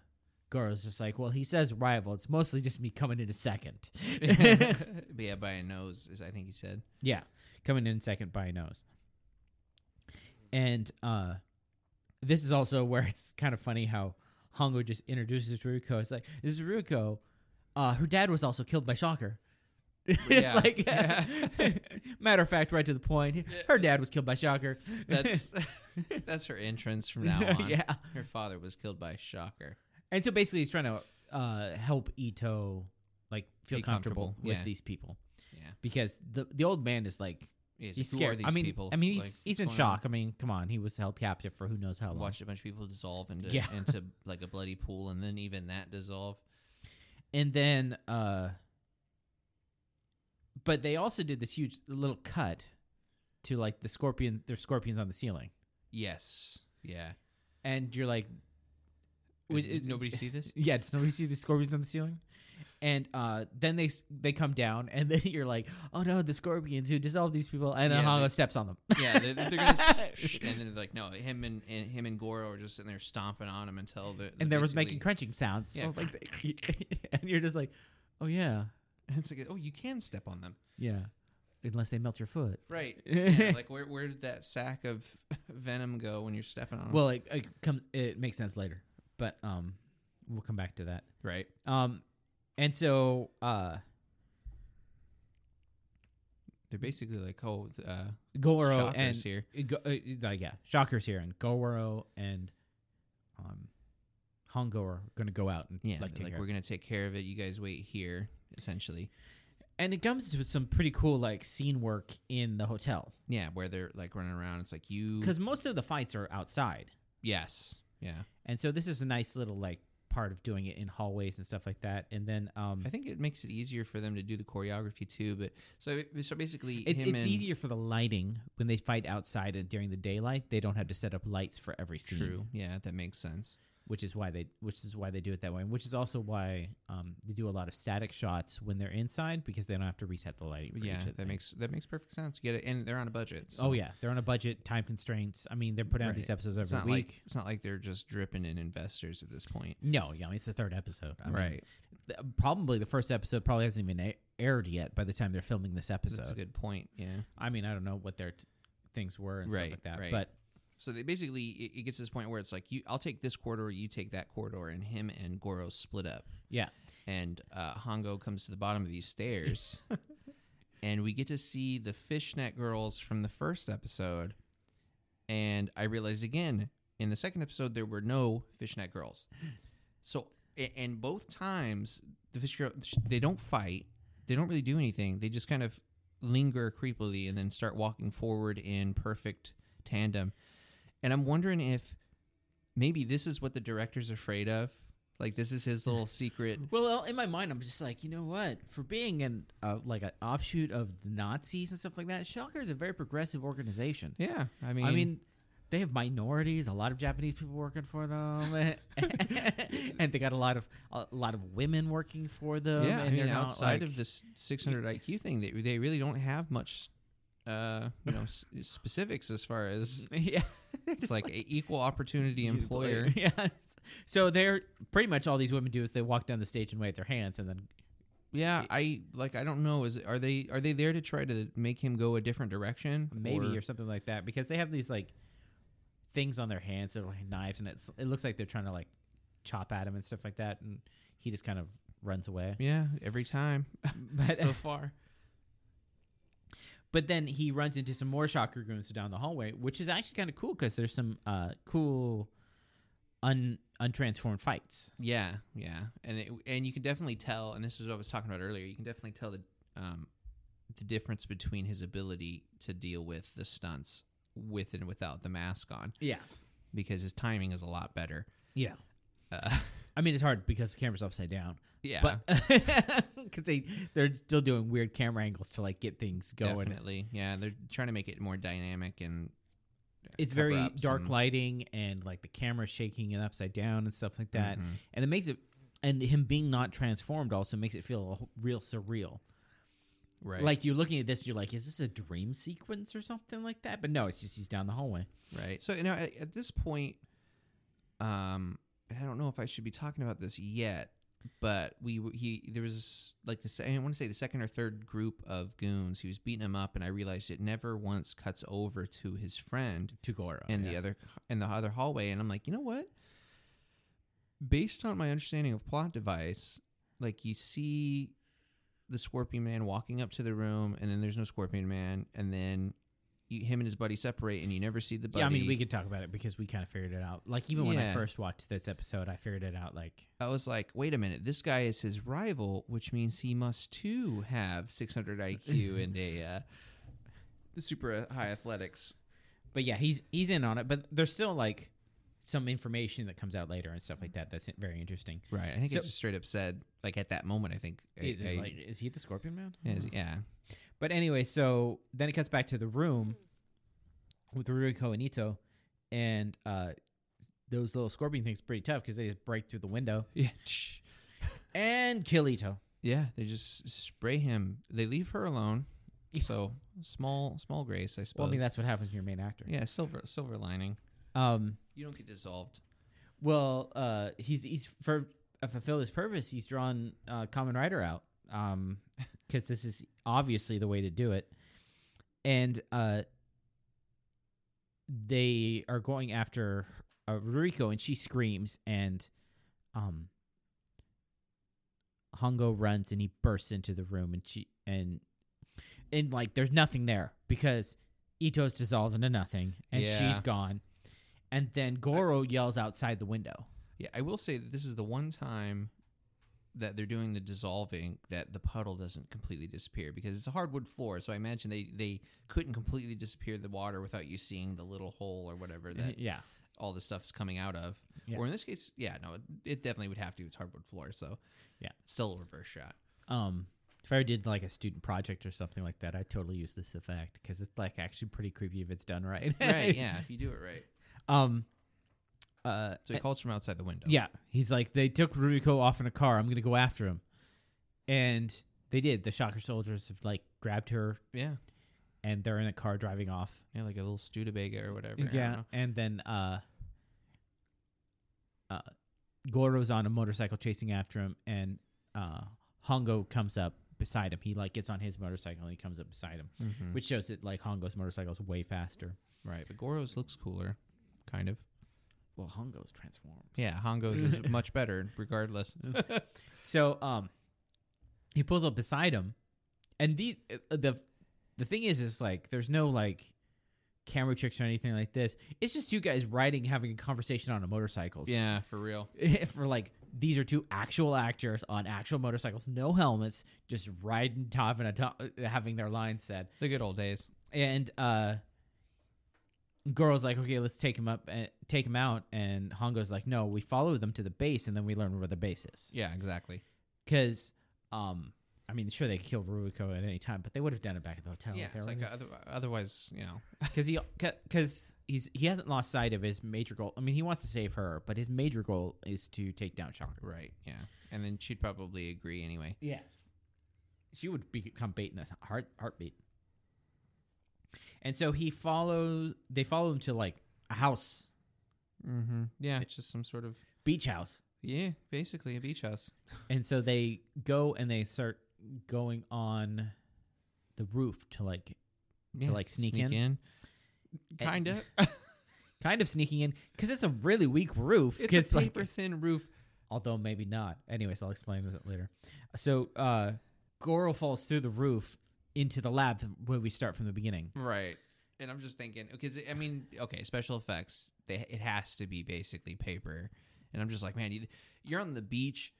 [SPEAKER 1] Goro's just like, well, he says rival. It's mostly just me coming in a second.
[SPEAKER 2] *laughs* But yeah, by a nose, is I think
[SPEAKER 1] *laughs*
[SPEAKER 2] he said.
[SPEAKER 1] Yeah, coming in second by a nose. And uh, this is also where *laughs* it's kind of funny how Hongo just introduces Ruko. It's like this is Ruko. Uh, her dad was also killed by Shocker. *laughs* it's
[SPEAKER 2] Yeah.
[SPEAKER 1] like
[SPEAKER 2] Yeah.
[SPEAKER 1] *laughs* matter of fact, right to the point. Her dad was killed by Shocker.
[SPEAKER 2] *laughs*
[SPEAKER 1] *laughs*
[SPEAKER 2] That's that's her entrance from now on.
[SPEAKER 1] yeah.
[SPEAKER 2] Her father was killed by Shocker.
[SPEAKER 1] And so basically, he's trying to uh, help Ito like feel
[SPEAKER 2] Be
[SPEAKER 1] comfortable,
[SPEAKER 2] comfortable,
[SPEAKER 1] with
[SPEAKER 2] yeah.
[SPEAKER 1] these people
[SPEAKER 2] Yeah.
[SPEAKER 1] because the the old man is like
[SPEAKER 2] He's,
[SPEAKER 1] he's
[SPEAKER 2] like, Who are
[SPEAKER 1] scared.
[SPEAKER 2] these
[SPEAKER 1] I mean,
[SPEAKER 2] people?
[SPEAKER 1] I mean,
[SPEAKER 2] Like,
[SPEAKER 1] he's he's
[SPEAKER 2] what's
[SPEAKER 1] in
[SPEAKER 2] going on?
[SPEAKER 1] shock. I mean, come on, he was held captive for who knows how long.
[SPEAKER 2] Watched a bunch of people dissolve into
[SPEAKER 1] Yeah. *laughs*
[SPEAKER 2] into like a bloody pool, and then even that dissolve.
[SPEAKER 1] and then uh but they also did this huge little cut to like the scorpions there's scorpions on the ceiling
[SPEAKER 2] Yes. Yeah.
[SPEAKER 1] and you're like
[SPEAKER 2] Is,
[SPEAKER 1] It-
[SPEAKER 2] did
[SPEAKER 1] it- *laughs*
[SPEAKER 2] nobody see this?
[SPEAKER 1] yeah does nobody see the scorpions on the ceiling and uh then they s- they come down and then *laughs* you're like oh no the scorpions who dissolved these people and then
[SPEAKER 2] Yeah,
[SPEAKER 1] Hongo
[SPEAKER 2] they-
[SPEAKER 1] steps on them
[SPEAKER 2] yeah, they're, they're gonna s- and then like no, him and, and him and Goro are just sitting there stomping on him until the
[SPEAKER 1] *laughs* and they were
[SPEAKER 2] basically-
[SPEAKER 1] making crunching sounds so,
[SPEAKER 2] Yeah.
[SPEAKER 1] *laughs* like they- and you're just like oh yeah *laughs*
[SPEAKER 2] It's like oh, you can step on them,
[SPEAKER 1] yeah unless they melt your foot *laughs*
[SPEAKER 2] right? *laughs* Yeah, like where where did that sack of *laughs* venom go when you're stepping on? 'em?
[SPEAKER 1] Well, it, it comes. It makes sense later, but um, we'll come back to that.
[SPEAKER 2] right.
[SPEAKER 1] Um, and so uh,
[SPEAKER 2] They're basically like oh, uh,
[SPEAKER 1] Goro
[SPEAKER 2] Shockers
[SPEAKER 1] and
[SPEAKER 2] here.
[SPEAKER 1] Go, uh, like, yeah, Shocker's here, and Goro and um, Hongo are gonna go out and
[SPEAKER 2] Yeah,
[SPEAKER 1] like take
[SPEAKER 2] like
[SPEAKER 1] care.
[SPEAKER 2] we're gonna take care of it. You guys wait here, essentially.
[SPEAKER 1] and it comes with some pretty cool like scene work in the hotel
[SPEAKER 2] Yeah, where they're like running around. It's like you.
[SPEAKER 1] because most of the fights are outside,
[SPEAKER 2] Yes. Yeah.
[SPEAKER 1] and so this is a nice little like part of doing it in hallways and stuff like that. And then um,
[SPEAKER 2] I think it makes it easier for them to do the choreography too. But so so basically,
[SPEAKER 1] It's,
[SPEAKER 2] E, him
[SPEAKER 1] it's
[SPEAKER 2] and,
[SPEAKER 1] easier for the lighting when they fight outside and during the daylight. They don't have to set up lights for every scene,
[SPEAKER 2] True. Yeah, that makes sense.
[SPEAKER 1] which is why they which is why they do it that way, and which is also why um, they do a lot of static shots when they're inside because they don't have to reset the lighting. For
[SPEAKER 2] yeah,
[SPEAKER 1] each of the
[SPEAKER 2] that
[SPEAKER 1] things.
[SPEAKER 2] makes that makes perfect sense. Get it, and they're on a budget. so
[SPEAKER 1] Oh yeah, they're on a budget, time constraints. I mean, they're putting out these
[SPEAKER 2] Right.
[SPEAKER 1] episodes
[SPEAKER 2] it's
[SPEAKER 1] every
[SPEAKER 2] not
[SPEAKER 1] week.
[SPEAKER 2] like it's not like they're just dripping in investors at this point,
[SPEAKER 1] no, yeah, it's the third episode. I mean,
[SPEAKER 2] right?
[SPEAKER 1] th- probably the first episode probably hasn't even a- aired yet by the time they're filming this
[SPEAKER 2] That's a
[SPEAKER 1] episode.
[SPEAKER 2] good point. Yeah.
[SPEAKER 1] I mean, I don't know what their t- things were and
[SPEAKER 2] Right,
[SPEAKER 1] stuff like that,
[SPEAKER 2] right.
[SPEAKER 1] but
[SPEAKER 2] So they basically it, it gets to this point where it's like you, I'll take this corridor, you take that corridor, and him and Goro split up,
[SPEAKER 1] yeah,
[SPEAKER 2] and uh, Hongo comes to the bottom of these stairs, and we get to see the fishnet girls from the first episode, and I realized again in the second episode there were no fishnet girls, so a- and both times the fish girl they don't fight, they don't really do anything, they just kind of linger creepily and then start walking forward in perfect tandem, and I'm wondering if maybe this is what the director's afraid of. Like this is his little secret
[SPEAKER 1] Well, in my mind, I'm just like, you know what? For being an uh, like an offshoot of the Nazis and stuff like that, Shocker is a very progressive organization.
[SPEAKER 2] Yeah, I mean,
[SPEAKER 1] I mean, they have minorities, a lot of Japanese people working for them, *laughs* and they got a lot of a lot of women working for them. um,
[SPEAKER 2] yeah,
[SPEAKER 1] and
[SPEAKER 2] I mean,
[SPEAKER 1] they're not,
[SPEAKER 2] outside
[SPEAKER 1] like-
[SPEAKER 2] of this 600 IQ thing, they they really don't have much, uh, you know, s- specifics as far as
[SPEAKER 1] *laughs* yeah,
[SPEAKER 2] it's like a
[SPEAKER 1] *laughs*
[SPEAKER 2] equal opportunity employer.
[SPEAKER 1] Yeah, so they're pretty much all these women do is they walk down the stage and wave their hands, and then
[SPEAKER 2] Yeah, I like I don't know. Is are they are they there to try to make him go a different direction?
[SPEAKER 1] maybe or, something like that because they have these like things on their hands that are like knives and it's it looks like they're trying to like chop at him and stuff like that and he just kind of runs away.
[SPEAKER 2] Yeah, every time
[SPEAKER 1] But
[SPEAKER 2] *laughs* so far.
[SPEAKER 1] but then he runs into some more shock goons down the hallway, which is actually kind of cool because there's some uh, cool un untransformed fights.
[SPEAKER 2] Yeah, yeah, and it, and you can definitely tell. And this is what I was talking about earlier. You can definitely tell the um, the difference between his ability to deal with the stunts with and without the mask on,
[SPEAKER 1] Yeah,
[SPEAKER 2] because his timing is a lot better.
[SPEAKER 1] yeah.
[SPEAKER 2] Uh, *laughs*
[SPEAKER 1] I mean, it's hard because the camera's upside down,
[SPEAKER 2] yeah,
[SPEAKER 1] but *laughs* because they they're still doing weird camera angles to like get things going.
[SPEAKER 2] definitely. Yeah, they're trying to make it more dynamic and
[SPEAKER 1] It's
[SPEAKER 2] cover
[SPEAKER 1] very
[SPEAKER 2] ups
[SPEAKER 1] dark
[SPEAKER 2] and-
[SPEAKER 1] lighting and like the camera shaking and upside down and stuff like that,
[SPEAKER 2] Mhm.
[SPEAKER 1] and it makes it and him being not transformed also makes it feel a whole- real surreal.
[SPEAKER 2] right,
[SPEAKER 1] Like you're looking at this, you're like, is this a dream sequence or something like that? But no, it's just he's down the hallway.
[SPEAKER 2] right. So you know, at, at this point, um, I don't know if I should be talking about this yet. But we w- he there was like the se- I want to say the second or third group of goons. He was beating him up, and I realized it never once cuts over to his friend
[SPEAKER 1] To Goro.
[SPEAKER 2] in
[SPEAKER 1] Oh, yeah.
[SPEAKER 2] the other in the other hallway. And I'm like, you know what? Based on my understanding of plot device, like you see the Scorpion Man walking up to the room, and then there's no Scorpion Man, and then you, him and his buddy separate, and you never see the buddy.
[SPEAKER 1] Yeah, I mean, we could talk about it because we kind of figured it out. Like, even when I
[SPEAKER 2] Yeah.
[SPEAKER 1] first watched this episode, I figured it out. Like,
[SPEAKER 2] I was like, wait a minute, this guy is his rival, which means he must too have
[SPEAKER 1] *laughs*
[SPEAKER 2] 600 IQ and a uh, super high athletics.
[SPEAKER 1] but yeah, he's he's in on it. But there's still like some information that comes out later and stuff like
[SPEAKER 2] Mm.
[SPEAKER 1] that. That's very interesting.
[SPEAKER 2] Right. I think
[SPEAKER 1] So-
[SPEAKER 2] it just straight up said, like at that moment, I think. I-
[SPEAKER 1] Is, is
[SPEAKER 2] I-
[SPEAKER 1] like, is he the Scorpion Man?
[SPEAKER 2] is-
[SPEAKER 1] *laughs*
[SPEAKER 2] yeah.
[SPEAKER 1] But anyway, so then it cuts back to the room with Ruiko and Ito, and uh, those little scorpion things pretty tough because they just break through the window
[SPEAKER 2] Yeah.
[SPEAKER 1] and kill Ito.
[SPEAKER 2] Yeah, they just spray him. They leave her alone. So small, small grace, I suppose.
[SPEAKER 1] Well, I mean, that's what happens to your main actor.
[SPEAKER 2] yeah, silver, silver lining.
[SPEAKER 1] Um,
[SPEAKER 2] You don't get dissolved.
[SPEAKER 1] Well, uh, he's he's for uh, fulfill his purpose. He's drawn uh, Common Rider out because *laughs* this is obviously the way to do it, and uh, they are going after uh, Ruriko, and she screams, and um, Hongo runs, and he bursts into the room, and she and and like there's nothing there because Ito's dissolved into nothing, and she's
[SPEAKER 2] Yeah.
[SPEAKER 1] gone. And then Goro yells outside the window.
[SPEAKER 2] Yeah, I will say that this is the one time that they're doing the dissolving that the puddle doesn't completely disappear because it's a hardwood floor. So I imagine they they couldn't completely disappear the water without you seeing the little hole or whatever
[SPEAKER 1] *laughs*
[SPEAKER 2] that
[SPEAKER 1] yeah.
[SPEAKER 2] all the stuff is coming out of.
[SPEAKER 1] Yeah.
[SPEAKER 2] Or in this case, yeah, no, it, it definitely would have to. It's hardwood floor, so
[SPEAKER 1] Yeah.
[SPEAKER 2] still a reverse shot.
[SPEAKER 1] *laughs* Um, if I ever did like a student project or something like that, I totally use this effect because it's like actually pretty creepy if it's done right.
[SPEAKER 2] right? Yeah, if you do it right.
[SPEAKER 1] *laughs* Um. Uh.
[SPEAKER 2] So he calls from outside the window.
[SPEAKER 1] Yeah. He's like, they took Ruriko off in a car. I'm gonna go after him, and they did. The Shocker soldiers have like grabbed her,
[SPEAKER 2] yeah.
[SPEAKER 1] and they're in a car driving off.
[SPEAKER 2] Yeah, like a little Studebaker or whatever. I don't
[SPEAKER 1] Yeah.
[SPEAKER 2] know.
[SPEAKER 1] And then uh. Uh, Goro's on a motorcycle chasing after him, and uh, Hongo comes up beside him. He like gets on his motorcycle and he comes up beside him.
[SPEAKER 2] Which,
[SPEAKER 1] which shows that like Hongo's motorcycle is way faster.
[SPEAKER 2] right, but Goro's looks cooler, kind of.
[SPEAKER 1] Well, Hongo's transformed.
[SPEAKER 2] Yeah,
[SPEAKER 1] *laughs*
[SPEAKER 2] Hongo's is much better, regardless.
[SPEAKER 1] So um, he pulls up beside him, and the uh, the the thing is, is like there's no like camera tricks or anything like this. It's just two guys riding, having a conversation on a motorcycles.
[SPEAKER 2] yeah, for real.
[SPEAKER 1] *laughs* For like these are two actual actors on actual motorcycles, no helmets, just riding, top and a top, having their lines said.
[SPEAKER 2] The good old days.
[SPEAKER 1] and uh girl's like okay let's take him up and take him out and hongo's like no we follow them to the base and then we learn where the base is
[SPEAKER 2] Yeah, exactly.
[SPEAKER 1] because um i mean sure they killed ruiko at any time but they would have done Oh, it back at the hotel
[SPEAKER 2] yeah, it's like other, otherwise, you know.
[SPEAKER 1] *laughs* because he because he's he hasn't lost sight of his major goal i mean he wants to save her but his major goal is to take down shocker
[SPEAKER 2] Right. Yeah, and then she'd probably agree anyway.
[SPEAKER 1] Yeah. She would become bait in a heart heartbeat. And so he follows they follow him to like a house,
[SPEAKER 2] Mm-hmm. Yeah, it's just some sort of
[SPEAKER 1] beach house.
[SPEAKER 2] yeah, basically a beach house.
[SPEAKER 1] And so they go and they start going on the roof to like
[SPEAKER 2] Yeah,
[SPEAKER 1] like, sneak in? Eh, And- *laughs*
[SPEAKER 2] Kind of.
[SPEAKER 1] kind of sneaking in cuz it's a really weak roof
[SPEAKER 2] It's a
[SPEAKER 1] like
[SPEAKER 2] paper thin roof.
[SPEAKER 1] although maybe not. Anyways, I'll explain that later. So uh, Goro falls through the roof into the lab where we start from the beginning.
[SPEAKER 2] Right. And I'm just thinking because I mean, okay, special effects. They, it has to be basically paper. And I'm just like, man, you, you're on the beach,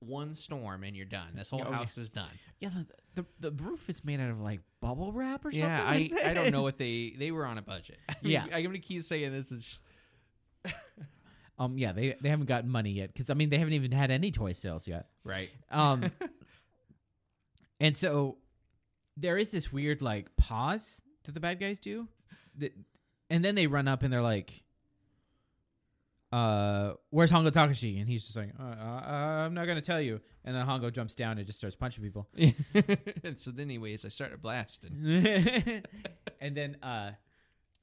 [SPEAKER 2] one storm, and you're done. This whole
[SPEAKER 1] Oh, yeah.
[SPEAKER 2] house is done.
[SPEAKER 1] Yeah, the, the the roof is made out of like bubble wrap *laughs* or
[SPEAKER 2] Yeah, I,
[SPEAKER 1] something. like
[SPEAKER 2] I don't
[SPEAKER 1] that.
[SPEAKER 2] know what they they were on a budget. *laughs* I
[SPEAKER 1] Yeah.
[SPEAKER 2] I'm gonna keep saying this is
[SPEAKER 1] Um, yeah, they they haven't gotten money yet because I mean they haven't even had any toy sales yet. *laughs*
[SPEAKER 2] right.
[SPEAKER 1] Um, and so there is this weird like pause that the bad guys do, that, and then they run up and they're like, "Uh, where's Hongo Takashi?" And he's just like, uh, uh, "I'm not gonna tell you." And then Hongo jumps down and just starts punching people.
[SPEAKER 2] and so, then anyways, I started blasting.
[SPEAKER 1] *laughs* and then uh,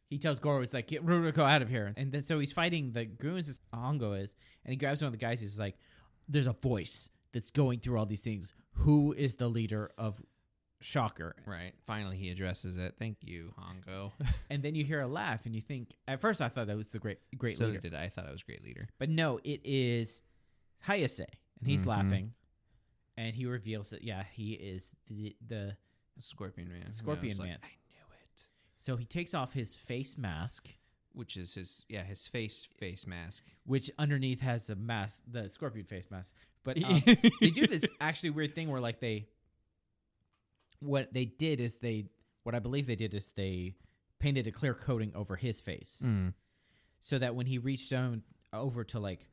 [SPEAKER 1] he tells Goro, he's like, get Ruruko out of here. And then so he's fighting the goons as Hongo is, and he grabs one of the guys. He's like, there's a voice that's going through all these things. Who is the leader of Shocker?
[SPEAKER 2] Right. Finally, he addresses it. Thank you, Hongo.
[SPEAKER 1] And then you hear a laugh, and you think, at first I thought that was the great, great
[SPEAKER 2] so
[SPEAKER 1] leader.
[SPEAKER 2] did I. I thought I was great leader.
[SPEAKER 1] But no, it is Hayase, and he's
[SPEAKER 2] Mhm.
[SPEAKER 1] laughing. And he reveals that, yeah, he is the, the.
[SPEAKER 2] Scorpion Man. And I was
[SPEAKER 1] Scorpion
[SPEAKER 2] like,
[SPEAKER 1] Man.
[SPEAKER 2] I knew it.
[SPEAKER 1] So he takes off his face mask,
[SPEAKER 2] Which is his yeah his face face mask.
[SPEAKER 1] which underneath has a mask, the scorpion face mask. But um,
[SPEAKER 2] *laughs*
[SPEAKER 1] *laughs* they do this actually weird thing where like they what they did is they what I believe they did is they painted a clear coating over his face
[SPEAKER 2] Mm.
[SPEAKER 1] so that when he reached down over to like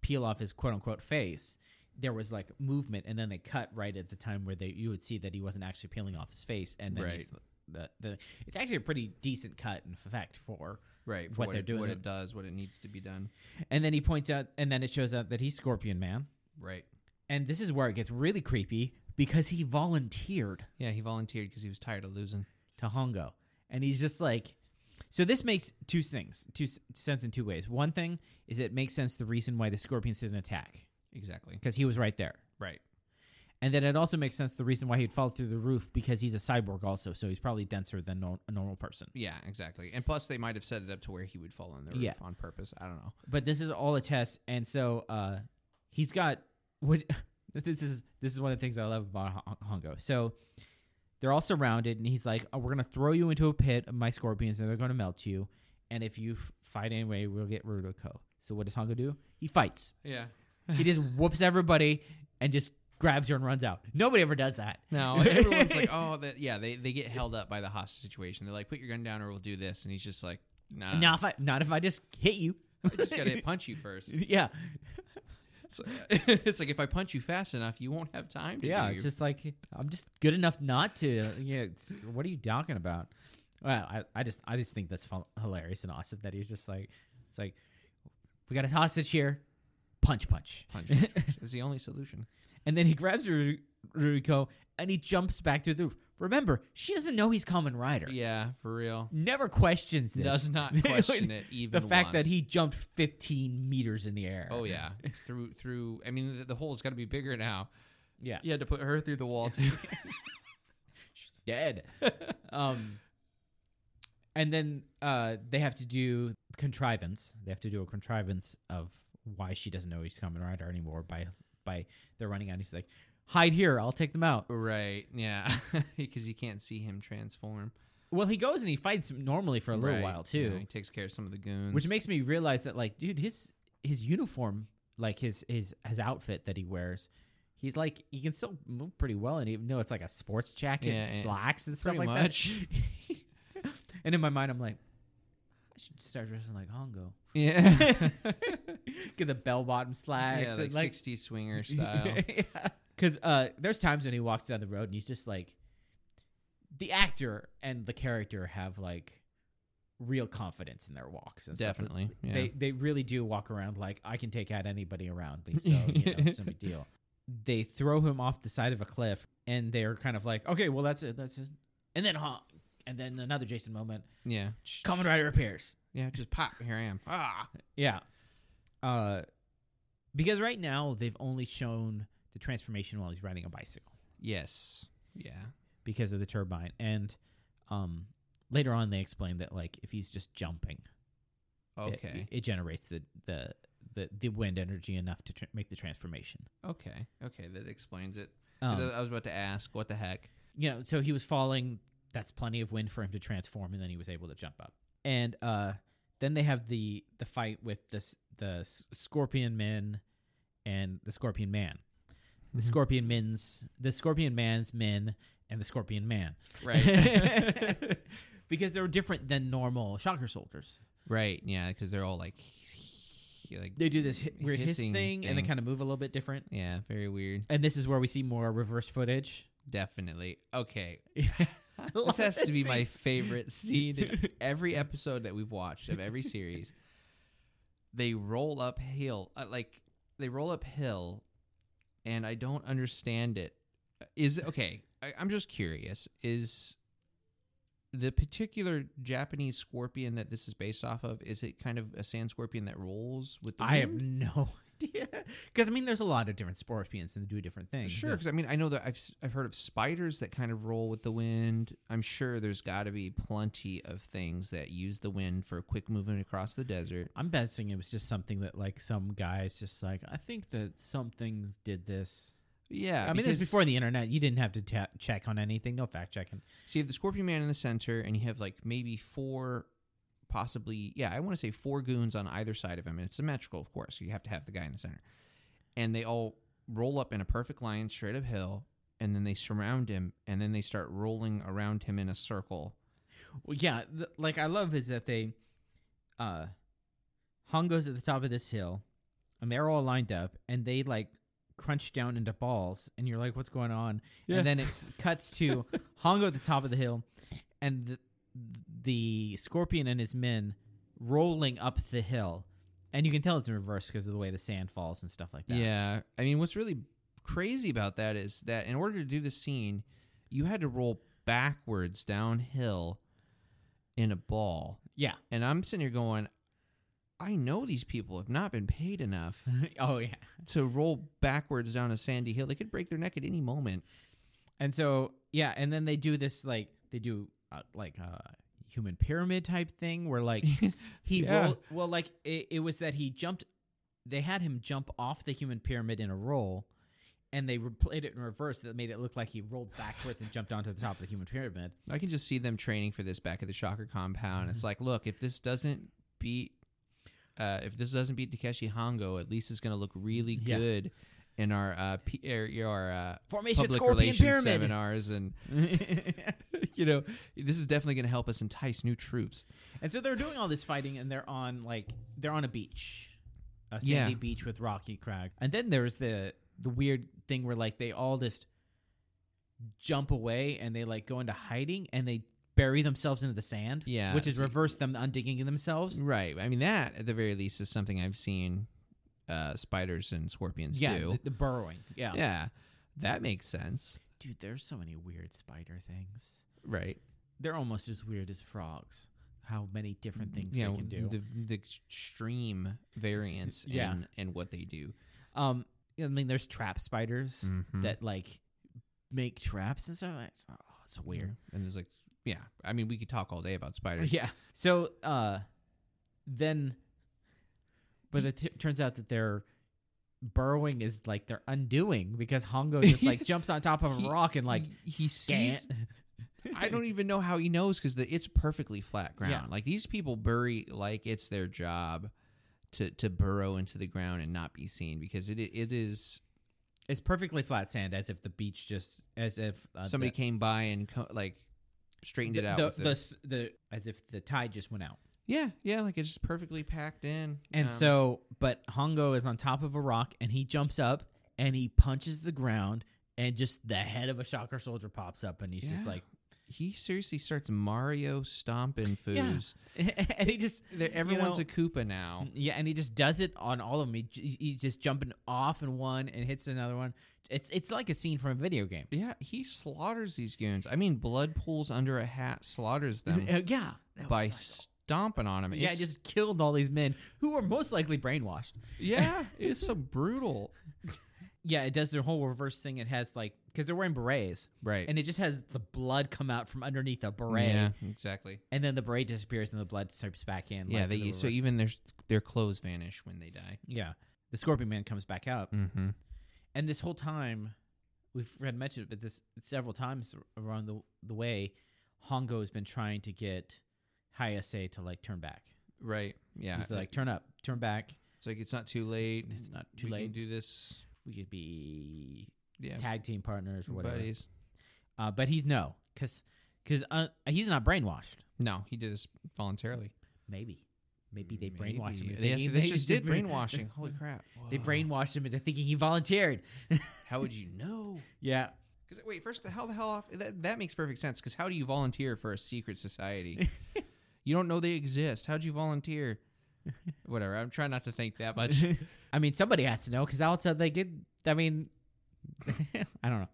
[SPEAKER 1] peel off his quote unquote face there was like movement and then they cut right at the time where they you would see that he wasn't actually peeling off his face and then
[SPEAKER 2] Right.
[SPEAKER 1] he's the, the it's actually a pretty decent cut in fact for
[SPEAKER 2] Right. for
[SPEAKER 1] What they're
[SPEAKER 2] it,
[SPEAKER 1] doing
[SPEAKER 2] What
[SPEAKER 1] to-
[SPEAKER 2] it does. What it needs to be done.
[SPEAKER 1] and then he points out and then it shows out that he's scorpion man
[SPEAKER 2] Right.
[SPEAKER 1] and this is where it gets really creepy because he volunteered
[SPEAKER 2] Yeah. He volunteered because he was tired of losing.
[SPEAKER 1] to Hongo. And he's just like, so this makes two things, two s- sense in two ways. One thing is it makes sense the reason why the scorpions didn't attack
[SPEAKER 2] Exactly.
[SPEAKER 1] because he was right there.
[SPEAKER 2] Right.
[SPEAKER 1] And then it also makes sense the reason why he'd fall through the roof because he's a cyborg also, so he's probably denser than no- a normal person.
[SPEAKER 2] Yeah. Exactly. And plus, they might have set it up to where he would fall on the roof
[SPEAKER 1] Yeah.
[SPEAKER 2] on purpose. I don't know.
[SPEAKER 1] But this is all a test, and so uh, he's got what *laughs* this is. This is one of the things I love about Hon- Hongo. So they're all surrounded, and he's like, oh, "We're gonna throw you into a pit of my scorpions, and they're gonna melt you. And if you f- fight anyway, we'll get Ruruko." So what does Hongo do? He fights.
[SPEAKER 2] Yeah.
[SPEAKER 1] He just whoops everybody and just grabs her and runs out. Nobody ever does that. *laughs*
[SPEAKER 2] No, everyone's like, oh, that, yeah, they, they get held up by the hostage situation. They're like, put your gun down or we'll do this. And he's just like, nah,
[SPEAKER 1] Not if I, not if I just hit you. *laughs*
[SPEAKER 2] I just got to punch you first.
[SPEAKER 1] yeah,
[SPEAKER 2] It's *laughs* like, it's like, if I punch you fast enough, you won't have time to
[SPEAKER 1] Yeah,
[SPEAKER 2] do
[SPEAKER 1] it's just like I'm just good enough not to. uh, Yeah, it's, what are you talking about? Well, I, I just I just think that's fu- hilarious and awesome that he's just like it's like we got a hostage here, punch punch,
[SPEAKER 2] *laughs* punch. punch,
[SPEAKER 1] *laughs*
[SPEAKER 2] punch. It's the only solution.
[SPEAKER 1] and then he grabs Ru- Ruriko and he jumps back through the roof. Remember, she doesn't know he's Common Rider.
[SPEAKER 2] Yeah, for real.
[SPEAKER 1] Never questions this.
[SPEAKER 2] Does
[SPEAKER 1] *laughs*
[SPEAKER 2] not question it even
[SPEAKER 1] The fact that
[SPEAKER 2] once.
[SPEAKER 1] he jumped 15 meters in the air. *laughs*
[SPEAKER 2] Oh yeah, through through. I mean, the, the hole's got to be bigger now.
[SPEAKER 1] yeah,
[SPEAKER 2] You had to put her through the
[SPEAKER 1] *laughs*
[SPEAKER 2] wall too.
[SPEAKER 1] she's dead.
[SPEAKER 2] *laughs*
[SPEAKER 1] um, and then uh, they have to do contrivance. They have to do a contrivance of why she doesn't know he's Kamen Rider anymore. By by, they're running out. And he's like, "Hide here. I'll take them out."
[SPEAKER 2] right. Yeah, *laughs* because you can't see him transform
[SPEAKER 1] Well, he goes and he fights normally for a little
[SPEAKER 2] Right,
[SPEAKER 1] while
[SPEAKER 2] yeah, he
[SPEAKER 1] too,
[SPEAKER 2] takes care of some of the goons.
[SPEAKER 1] which makes me realize that like, dude, his his uniform, like his his his outfit that he wears. He's like he can still move pretty well, and even though it's like a sports jacket,
[SPEAKER 2] Yeah,
[SPEAKER 1] and
[SPEAKER 2] it's
[SPEAKER 1] slacks, and stuff
[SPEAKER 2] pretty
[SPEAKER 1] like
[SPEAKER 2] much.
[SPEAKER 1] *laughs* that. and in my mind, I'm like, I should start dressing like
[SPEAKER 2] *laughs*
[SPEAKER 1] Hongo. *laughs*
[SPEAKER 2] yeah.
[SPEAKER 1] Get the bell bottom slacks.
[SPEAKER 2] Yeah, like,
[SPEAKER 1] and like *laughs*
[SPEAKER 2] 60 swinger style.
[SPEAKER 1] Because uh, there's times when he walks down the road and he's just like, the actor and the character have like real confidence in their walks and stuff.
[SPEAKER 2] Definitely. Yeah.
[SPEAKER 1] They they really do walk around like I can take out anybody around me, so you know it's no big
[SPEAKER 2] *laughs*
[SPEAKER 1] deal. They throw him off the side of a cliff, and they're kind of like, okay, well that's it, that's it. And then honk, and then another Jason moment.
[SPEAKER 2] yeah.
[SPEAKER 1] Common Rider appears.
[SPEAKER 2] Yeah, just pop. Here I am. Ah.
[SPEAKER 1] Yeah. Uh, because right now they've only shown the transformation while he's riding a bicycle
[SPEAKER 2] Yes. Yeah.
[SPEAKER 1] because of the turbine, and um, later on they explain that like if he's just jumping, it-
[SPEAKER 2] Okay.
[SPEAKER 1] it, generates the the the, the wind energy enough to tr- make the transformation.
[SPEAKER 2] Okay. Okay. That explains it. 'Cause
[SPEAKER 1] Um,
[SPEAKER 2] I I was about to ask, what
[SPEAKER 1] *laughs*
[SPEAKER 2] the heck?
[SPEAKER 1] you know, so he was falling. That's plenty of wind for him to transform, and then he was able to jump up. And uh, then they have the the fight with this the s- scorpion men and the scorpion man, the
[SPEAKER 2] Mm-hmm.
[SPEAKER 1] scorpion men's the scorpion man's men and the scorpion man,
[SPEAKER 2] Right.
[SPEAKER 1] *laughs* because they were different than normal shocker soldiers.
[SPEAKER 2] right. Yeah. Because they're all like, *laughs* like
[SPEAKER 1] They do this hi- weird hiss
[SPEAKER 2] Hissing
[SPEAKER 1] thing, and they
[SPEAKER 2] thing.
[SPEAKER 1] kind of move a little bit different.
[SPEAKER 2] yeah, very weird.
[SPEAKER 1] And this is where we see more reverse footage.
[SPEAKER 2] Definitely.
[SPEAKER 1] *laughs*
[SPEAKER 2] Okay. this has to be my favorite
[SPEAKER 1] *laughs*
[SPEAKER 2] scene in every episode that we've watched of every series. They roll uphill, uh, like they roll uphill, and I don't understand it. Is okay. I, I'm just curious. Is the particular Japanese scorpion that this is based off of? Is it kind of a sand scorpion that rolls with the
[SPEAKER 1] I have
[SPEAKER 2] wind?
[SPEAKER 1] no *laughs* idea. Because I mean, there's a lot of different scorpions and they do different things.
[SPEAKER 2] Sure, because I mean, I know that I've s- I've heard of spiders that kind of roll with the wind. I'm sure there's got to be plenty of things that use the wind for quick movement across the desert.
[SPEAKER 1] I'm guessing it was just something that like some guys just like I think that some things did this.
[SPEAKER 2] Yeah,
[SPEAKER 1] I mean, this is
[SPEAKER 2] because-
[SPEAKER 1] before the internet. You didn't have to ta check on anything. No fact checking.
[SPEAKER 2] So you have the Scorpion Man in the center, and you have like maybe four, possibly yeah, I want to say four goons on either side of him, and it's symmetrical, of course. So you have to have the guy in the center, and they all roll up in a perfect line straight uphill, and then they surround him, and then they start rolling around him in a circle.
[SPEAKER 1] Well, yeah, th- like I love is that they, uh, Hongo's at the top of this hill, and they're all lined up, and they like crunch down into balls, and you're like, what's going on?
[SPEAKER 2] Yeah.
[SPEAKER 1] And then it cuts
[SPEAKER 2] *laughs*
[SPEAKER 1] to Hongo at the top of the hill, and the, the scorpion and his men rolling up the hill, and you can tell it's in reverse because of the way the sand falls and stuff like that.
[SPEAKER 2] Yeah. I mean, what's really crazy about that is that in order to do the scene, you had to roll backwards downhill in a ball.
[SPEAKER 1] Yeah. *laughs*
[SPEAKER 2] And I'm sitting here going, I know these people have not been paid enough
[SPEAKER 1] oh yeah.
[SPEAKER 2] to roll backwards down a sandy hill. They could break their neck at any moment.
[SPEAKER 1] And so yeah, and then they do this like they do uh, like uh human pyramid type thing where like he
[SPEAKER 2] *laughs* Yeah.
[SPEAKER 1] rolled well like it, it was that he jumped they had him jump off the human pyramid in a roll and they re- played it in reverse that made it look like he rolled backwards and jumped onto the top of the human pyramid.
[SPEAKER 2] I can just see them training for this back at the Shocker compound. It's like, look, if this doesn't beat, uh, if this doesn't beat Takeshi Hongo, at least it's going to look really
[SPEAKER 1] Yeah.
[SPEAKER 2] good in our uh, P- er, your uh,
[SPEAKER 1] Formation
[SPEAKER 2] public
[SPEAKER 1] scorpion
[SPEAKER 2] relations
[SPEAKER 1] pyramid.
[SPEAKER 2] seminars, and *laughs* you know, this is definitely going to help us entice new troops.
[SPEAKER 1] and so they're doing all this fighting and they're on like they're on a beach. A sandy
[SPEAKER 2] Yeah.
[SPEAKER 1] beach with rocky crag. And then there's the the weird thing where like they all just jump away and they like go into hiding and they bury themselves into the sand.
[SPEAKER 2] Yeah,
[SPEAKER 1] Which is
[SPEAKER 2] so-
[SPEAKER 1] reverse them undigging themselves.
[SPEAKER 2] Right. I mean, that at the very least is something I've seen uh, spiders and scorpions
[SPEAKER 1] yeah,
[SPEAKER 2] do.
[SPEAKER 1] The, the burrowing. Yeah.
[SPEAKER 2] yeah, that makes sense.
[SPEAKER 1] Dude, there's so many weird spider things.
[SPEAKER 2] Right.
[SPEAKER 1] They're almost as weird as frogs. How many different things
[SPEAKER 2] Yeah,
[SPEAKER 1] they can do.
[SPEAKER 2] the, the extreme variance
[SPEAKER 1] Yeah.
[SPEAKER 2] in, in what they do.
[SPEAKER 1] um, I mean, there's trap spiders
[SPEAKER 2] Mhm.
[SPEAKER 1] that like make traps and stuff. That's oh, it's weird.
[SPEAKER 2] And there's like, yeah, I mean, we could talk all day about
[SPEAKER 1] *laughs*
[SPEAKER 2] spiders.
[SPEAKER 1] Yeah. So uh, then, but it t- turns out that their burrowing is like their undoing because Hongo just
[SPEAKER 2] *laughs*
[SPEAKER 1] like jumps on top of a
[SPEAKER 2] He-
[SPEAKER 1] rock and like
[SPEAKER 2] he- he
[SPEAKER 1] scan-
[SPEAKER 2] sees- I don't even know how he knows because it's perfectly flat ground.
[SPEAKER 1] Yeah.
[SPEAKER 2] Like these people bury like it's their job to to burrow into the ground and not be seen because it it is
[SPEAKER 1] *laughs* It's perfectly flat sand, as if the beach just as if uh,
[SPEAKER 2] somebody
[SPEAKER 1] the,
[SPEAKER 2] came by and co- like straightened it out.
[SPEAKER 1] The,
[SPEAKER 2] with
[SPEAKER 1] the,
[SPEAKER 2] the-
[SPEAKER 1] s- the as if the tide just went out.
[SPEAKER 2] yeah, yeah, like it's just perfectly packed in.
[SPEAKER 1] And
[SPEAKER 2] Um,
[SPEAKER 1] so, but Hongo is on top of a rock and he jumps up and he punches the ground and just the head of a shocker soldier pops up and he's just
[SPEAKER 2] Yeah.
[SPEAKER 1] like, *laughs*
[SPEAKER 2] he seriously starts Mario stomping
[SPEAKER 1] Yeah.
[SPEAKER 2] foos. Mm.
[SPEAKER 1] and he just,
[SPEAKER 2] They're- Everyone's
[SPEAKER 1] know-
[SPEAKER 2] a Koopa now.
[SPEAKER 1] yeah, and he just does it on all of them. He, j- he's just jumping off in one and hits another one. It's it's like a scene from a video game.
[SPEAKER 2] Yeah, he slaughters these goons. I mean, blood pools under a hat, slaughters them
[SPEAKER 1] Uh, *laughs* yeah. that
[SPEAKER 2] Mm. by
[SPEAKER 1] was
[SPEAKER 2] stomping on them.
[SPEAKER 1] like- yeah,
[SPEAKER 2] it's, *laughs*
[SPEAKER 1] just killed all these men who were most likely brainwashed.
[SPEAKER 2] yeah, it's so brutal.
[SPEAKER 1] yeah, it does their whole reverse thing. It has like because they're wearing berets,
[SPEAKER 2] Right.
[SPEAKER 1] and it just has the blood come out from underneath a beret,
[SPEAKER 2] Yeah, exactly.
[SPEAKER 1] and then the beret disappears and the blood slips back in.
[SPEAKER 2] yeah,
[SPEAKER 1] like, to
[SPEAKER 2] they,
[SPEAKER 1] the
[SPEAKER 2] so
[SPEAKER 1] reverse.
[SPEAKER 2] even their their clothes vanish when they die.
[SPEAKER 1] yeah, the Scorpion Man comes back up,
[SPEAKER 2] Mm-hmm.
[SPEAKER 1] and this whole time, we've had mentioned, it, but this several times around the the way, Hongo has been trying to get Hayase to like turn back.
[SPEAKER 2] Right. Yeah.
[SPEAKER 1] He's like, turn up, turn back.
[SPEAKER 2] it's like it's not too late.
[SPEAKER 1] It's not too
[SPEAKER 2] we
[SPEAKER 1] late.
[SPEAKER 2] Can do this.
[SPEAKER 1] we could be
[SPEAKER 2] Yeah.
[SPEAKER 1] tag team partners or whatever.
[SPEAKER 2] Buddies.
[SPEAKER 1] Uh, but he's no, because because uh, he's not brainwashed.
[SPEAKER 2] No, he did this voluntarily.
[SPEAKER 1] Maybe, maybe they brainwashed him.
[SPEAKER 2] Maybe.
[SPEAKER 1] into
[SPEAKER 2] Yes,
[SPEAKER 1] thinking
[SPEAKER 2] they
[SPEAKER 1] that
[SPEAKER 2] just
[SPEAKER 1] he
[SPEAKER 2] did Oh.
[SPEAKER 1] brain-
[SPEAKER 2] brainwashing. Holy crap!
[SPEAKER 1] *laughs* They
[SPEAKER 2] Whoa.
[SPEAKER 1] brainwashed him into thinking he volunteered.
[SPEAKER 2] How would you *laughs* know?
[SPEAKER 1] yeah,
[SPEAKER 2] Because wait, first, how the hell off? That, that makes perfect sense. Because how do you volunteer for a
[SPEAKER 1] *laughs*
[SPEAKER 2] secret society? you don't know they exist. How'd you volunteer? Whatever. I'm trying not to think
[SPEAKER 1] *laughs*
[SPEAKER 2] that much.
[SPEAKER 1] I mean somebody has to know because also they did. I mean, *laughs* I don't know.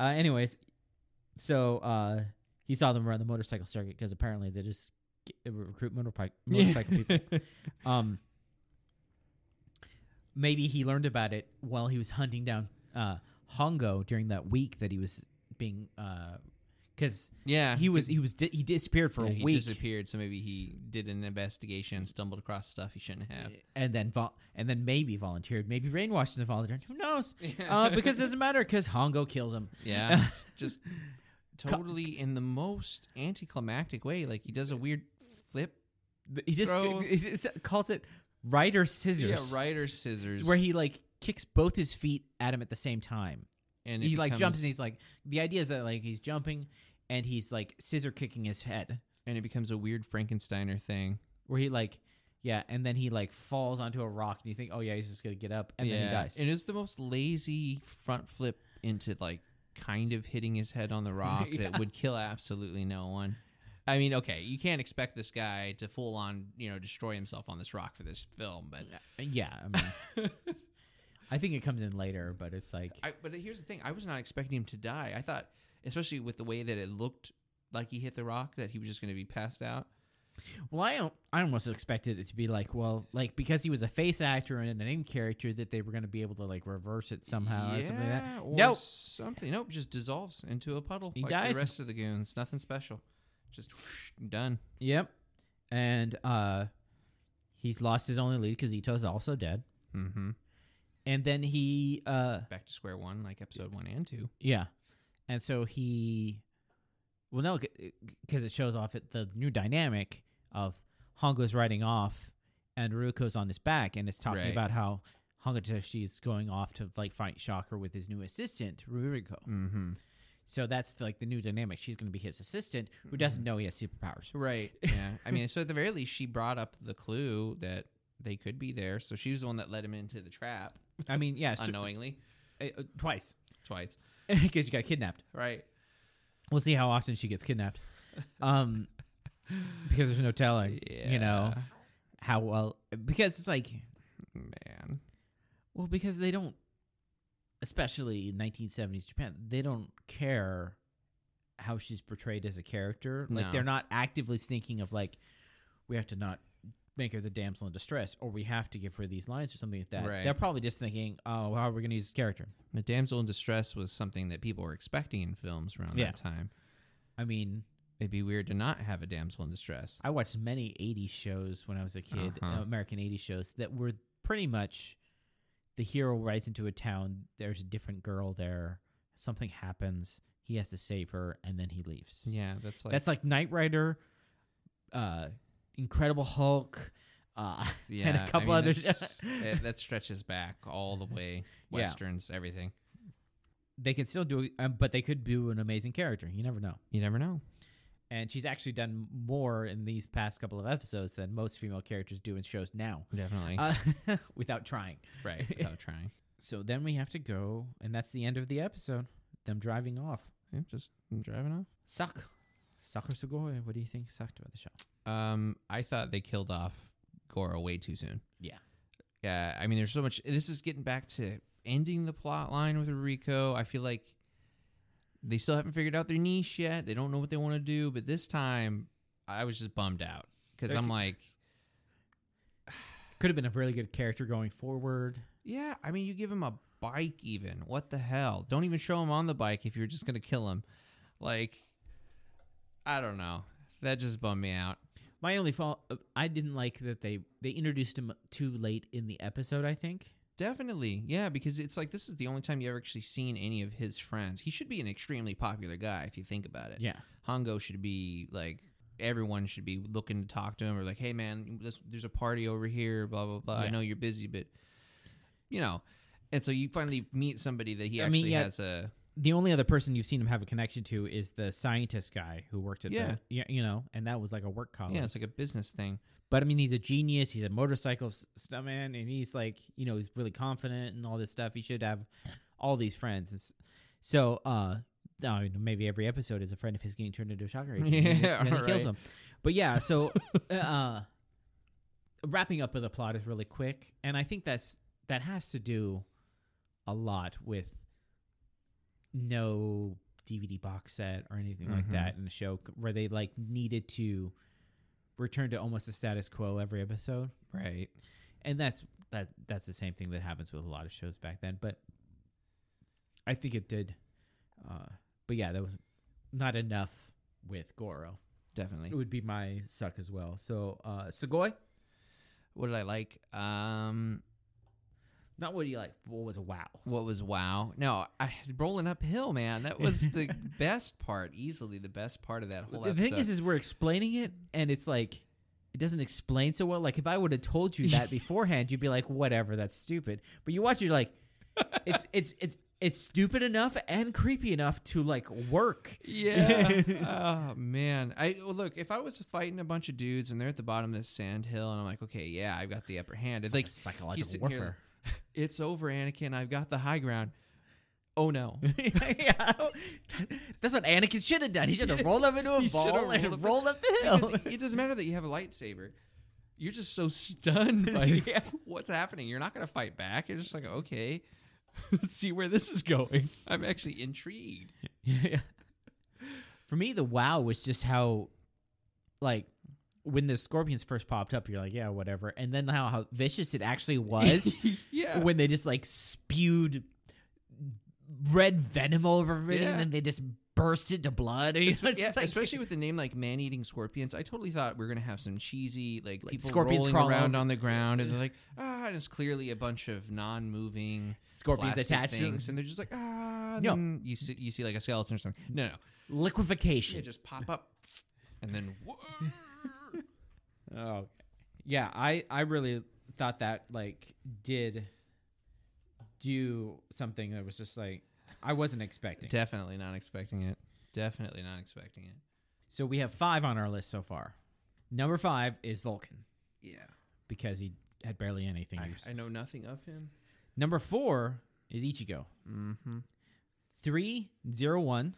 [SPEAKER 1] Uh, anyways, so uh, he saw them run the motorcycle circuit because apparently they just get, uh, recruit
[SPEAKER 2] *laughs*
[SPEAKER 1] motorpi- motorcycle people. Um, maybe he learned about it while he was hunting down uh, Hongo during that week that he was being, because
[SPEAKER 2] yeah,
[SPEAKER 1] he was he was di- he disappeared for
[SPEAKER 2] Ah, yeah,
[SPEAKER 1] a
[SPEAKER 2] he
[SPEAKER 1] week
[SPEAKER 2] disappeared. So maybe he did an investigation and stumbled across stuff he shouldn't have.
[SPEAKER 1] and then vol- and then maybe volunteered, maybe brainwashed and volunteered. Who
[SPEAKER 2] *laughs*
[SPEAKER 1] knows? uh, because it doesn't matter because Hongo kills him. *laughs*
[SPEAKER 2] Yeah, it's just totally in the most anticlimactic way. Like he does a weird flip.
[SPEAKER 1] Th- He just
[SPEAKER 2] Throw-
[SPEAKER 1] he just calls it rider scissors,
[SPEAKER 2] Yeah, right or scissors.
[SPEAKER 1] where he like kicks both his feet at him at the same time.
[SPEAKER 2] and it
[SPEAKER 1] he like jumps and
[SPEAKER 2] becomes-
[SPEAKER 1] he's like the idea is that like he's jumping and he's like scissor kicking his head
[SPEAKER 2] and it becomes a weird Frankensteiner thing.
[SPEAKER 1] where he like yeah and then he like falls onto a rock and you think oh yeah he's just gonna get up and then he dies
[SPEAKER 2] And it's the most lazy front flip into like kind of hitting his head on the rock
[SPEAKER 1] *laughs* Yeah.
[SPEAKER 2] that would kill absolutely no one. I mean, okay, you can't expect this guy to full on, you know, destroy himself on this rock for this film, but
[SPEAKER 1] yeah I
[SPEAKER 2] *laughs*
[SPEAKER 1] mean I think it comes in later but it's like
[SPEAKER 2] I, but here's the thing: I was not expecting him to die. I thought, especially with the way that it looked like he hit the rock, that he was just going to be passed out.
[SPEAKER 1] well I don't I almost expected it to be like well like because he was a face actor and a name character that they were gonna be able to like reverse it somehow or something like
[SPEAKER 2] Yeah,
[SPEAKER 1] that
[SPEAKER 2] or
[SPEAKER 1] nope
[SPEAKER 2] something. Nope, just dissolves into a puddle.
[SPEAKER 1] He
[SPEAKER 2] like
[SPEAKER 1] dies.
[SPEAKER 2] The rest of the goons, nothing special. Just whoosh, done.
[SPEAKER 1] yep and uh he's lost his only lead because Ito's also dead
[SPEAKER 2] Mm-hmm.
[SPEAKER 1] and then he uh
[SPEAKER 2] back to square one, like episode one and two.
[SPEAKER 1] Yeah, and so he, well, no, because it shows off it, the new dynamic of Hongo's riding off and Ruko's on his back, and it's talking
[SPEAKER 2] Right.
[SPEAKER 1] about how Hongo Toshi's going off to like fight Shocker with his new assistant Ruko.
[SPEAKER 2] Mm-hmm.
[SPEAKER 1] So that's like the new dynamic. She's going to be his assistant, who doesn't know he has superpowers. *laughs*
[SPEAKER 2] Right. Yeah. I mean, so at the very least, she brought up the clue that they could be there. So she was the one that led him into the trap
[SPEAKER 1] I mean, yeah, it's
[SPEAKER 2] unknowingly
[SPEAKER 1] uh, uh, twice *laughs*
[SPEAKER 2] twice.
[SPEAKER 1] because you got kidnapped.
[SPEAKER 2] Right.
[SPEAKER 1] We'll see how often she gets kidnapped, um, because there's no
[SPEAKER 2] *laughs*
[SPEAKER 1] telling, you know, how well because it's like.
[SPEAKER 2] man.
[SPEAKER 1] Well, because they don't, especially in 1970s Japan, they don't care how she's portrayed as a character. Like,
[SPEAKER 2] No.
[SPEAKER 1] they're not actively thinking of, like, we have to not make her the damsel in distress or we have to give her these lines or something like that.
[SPEAKER 2] Right.
[SPEAKER 1] They're probably just thinking, oh, how are we going to use this character?
[SPEAKER 2] The damsel in distress was something that people were expecting in films around
[SPEAKER 1] Yeah.
[SPEAKER 2] that time.
[SPEAKER 1] I mean,
[SPEAKER 2] It'd be weird to not have a damsel in distress.
[SPEAKER 1] I watched many 80s shows when I was a kid,
[SPEAKER 2] Uh-huh.
[SPEAKER 1] uh, American 80s shows, that were pretty much the hero rides into a town, there's a different girl there, something happens, he has to save her, and then he leaves.
[SPEAKER 2] Yeah, that's like
[SPEAKER 1] That's like Knight Rider, uh, Incredible Hulk, uh, *laughs*
[SPEAKER 2] yeah,
[SPEAKER 1] and a
[SPEAKER 2] I
[SPEAKER 1] couple
[SPEAKER 2] mean,
[SPEAKER 1] other. *laughs*
[SPEAKER 2] that's- eh, that stretches back all the way
[SPEAKER 1] Yeah.
[SPEAKER 2] westerns, everything.
[SPEAKER 1] they can still do, it, um, but they could do an amazing character. You never know.
[SPEAKER 2] You never know.
[SPEAKER 1] And she's actually done more in these past couple of episodes than most female characters do in shows now,
[SPEAKER 2] Definitely.
[SPEAKER 1] uh, *laughs* without trying.
[SPEAKER 2] right. Without trying.
[SPEAKER 1] *laughs* So then we have to go, and that's the end of the episode. Them driving off.
[SPEAKER 2] I'm just I'm driving off.
[SPEAKER 1] Suck. Sucker Sugoi. What do you think sucked about the show?
[SPEAKER 2] Um, I thought they killed off Goro way too soon.
[SPEAKER 1] Yeah.
[SPEAKER 2] Yeah, I mean, there's so much. This is getting back to ending the plot line with Rico. I feel like they still haven't figured out their niche yet. They don't know what they want to do. But this time, I was just bummed out because
[SPEAKER 1] They're
[SPEAKER 2] I'm
[SPEAKER 1] ki-
[SPEAKER 2] like,
[SPEAKER 1] Could have been a really good character going forward.
[SPEAKER 2] yeah. I mean, you give him a bike even. What the hell? Don't even show him on the bike if you're just going to kill him. Like I don't know. That just bummed me out.
[SPEAKER 1] My only fault, uh, I didn't like that they they introduced him too late in the episode. I think.
[SPEAKER 2] Definitely. Yeah, because it's like this is the only time you've actually seen any of his friends. He should be an extremely popular guy if you think about it.
[SPEAKER 1] Yeah.
[SPEAKER 2] Hongo should be like everyone should be looking to talk to him or like, hey man, this, there's a party over here, blah blah blah. I
[SPEAKER 1] Yeah.
[SPEAKER 2] know you're busy, but you know, and so you finally meet somebody that he
[SPEAKER 1] I mean,
[SPEAKER 2] actually
[SPEAKER 1] yeah.
[SPEAKER 2] has a
[SPEAKER 1] The only other person you've seen him have a connection to is the scientist guy who worked at
[SPEAKER 2] Yeah.
[SPEAKER 1] the yeah you know, and that was like a work colleague.
[SPEAKER 2] yeah, it's like a business thing.
[SPEAKER 1] But I mean, he's a genius. He's a motorcycle s- stuntman, and he's like, you know, he's really confident and all this stuff. He should have all these friends. And s- so, uh, I mean, maybe every episode is a friend of his getting turned into a shocker
[SPEAKER 2] *laughs*
[SPEAKER 1] agent. and
[SPEAKER 2] Yeah,
[SPEAKER 1] then he
[SPEAKER 2] right.
[SPEAKER 1] kills him. But yeah, so *laughs* uh, wrapping up of the plot is really quick, and I think that's that has to do a lot with no DVD box set or anything like
[SPEAKER 2] Mhm.
[SPEAKER 1] that in the show c- where they like needed to return to almost the status quo every episode.
[SPEAKER 2] Right.
[SPEAKER 1] And that's that that's the same thing that happens with a lot of shows back then, but I think it did uh but yeah, that was not enough with Goro.
[SPEAKER 2] Definitely.
[SPEAKER 1] It would be my suck as well. So uh Segoy,
[SPEAKER 2] What did I like? Um
[SPEAKER 1] not what do you like, what was a wow.
[SPEAKER 2] what was wow? No, I rolling uphill, man.
[SPEAKER 1] *laughs*
[SPEAKER 2] That was the best part, easily the best part of that whole
[SPEAKER 1] the
[SPEAKER 2] episode.
[SPEAKER 1] thing is is we're explaining it and it's like it doesn't explain so well. Like if I would have told you
[SPEAKER 2] *laughs*
[SPEAKER 1] that beforehand, you'd be like, whatever, that's stupid. But you watch it, you're like,
[SPEAKER 2] *laughs*
[SPEAKER 1] it's it's it's it's stupid enough and creepy enough to like work.
[SPEAKER 2] Yeah. oh man. I well, look if I was fighting a bunch of dudes and they're at the bottom of this sand hill and I'm like, okay, yeah, I've got the upper hand. It's like, he's
[SPEAKER 1] psychological
[SPEAKER 2] sitting here, *laughs* it's over, Anakin. I've got the high ground. Oh no.
[SPEAKER 1] *laughs* yeah, that's what Anakin should have done. He should have rolled up into a
[SPEAKER 2] He should
[SPEAKER 1] ball
[SPEAKER 2] have rolled up
[SPEAKER 1] and rolled up
[SPEAKER 2] *laughs*
[SPEAKER 1] the hill.
[SPEAKER 2] Because it doesn't matter that you have a lightsaber. You're just so stunned by
[SPEAKER 1] Yeah.
[SPEAKER 2] *laughs* what's happening. You're not going to fight back. You're just like, okay, *laughs* let's see where this is going. I'm actually intrigued.
[SPEAKER 1] *laughs* yeah. For me, the wow was just how, like, when the scorpions first popped up, you're like, yeah, whatever. And then how, how vicious it *laughs* actually was
[SPEAKER 2] yeah.
[SPEAKER 1] when they just, like, spewed red venom all over everything
[SPEAKER 2] Yeah.
[SPEAKER 1] and then they just burst into blood. *laughs* And it's
[SPEAKER 2] Yeah,
[SPEAKER 1] just like,
[SPEAKER 2] especially with the name like man eating scorpions, I totally thought we were gonna have some cheesy like, people
[SPEAKER 1] scorpions
[SPEAKER 2] rolling
[SPEAKER 1] crawl
[SPEAKER 2] around
[SPEAKER 1] over-
[SPEAKER 2] on the ground, and they're like, ah, and it's clearly a bunch of non-moving
[SPEAKER 1] scorpions
[SPEAKER 2] plastic
[SPEAKER 1] attached to them.
[SPEAKER 2] things, and they're just like ah.
[SPEAKER 1] No.
[SPEAKER 2] No, you see, you see like a skeleton or something. No, no, they
[SPEAKER 1] Liquefaction.
[SPEAKER 2] just pop up, and then *laughs*
[SPEAKER 1] *laughs* Oh, yeah. I I really thought that like did do something that was just like I wasn't expecting.
[SPEAKER 2] definitely not expecting it. Definitely not expecting it.
[SPEAKER 1] So we have five on our list so far. Number five is Vulcan
[SPEAKER 2] Yeah,
[SPEAKER 1] because he had barely anything.
[SPEAKER 2] I,
[SPEAKER 1] used.
[SPEAKER 2] I know nothing of him.
[SPEAKER 1] Number four is Ichigo.
[SPEAKER 2] Mm-hmm.
[SPEAKER 1] Three zero one.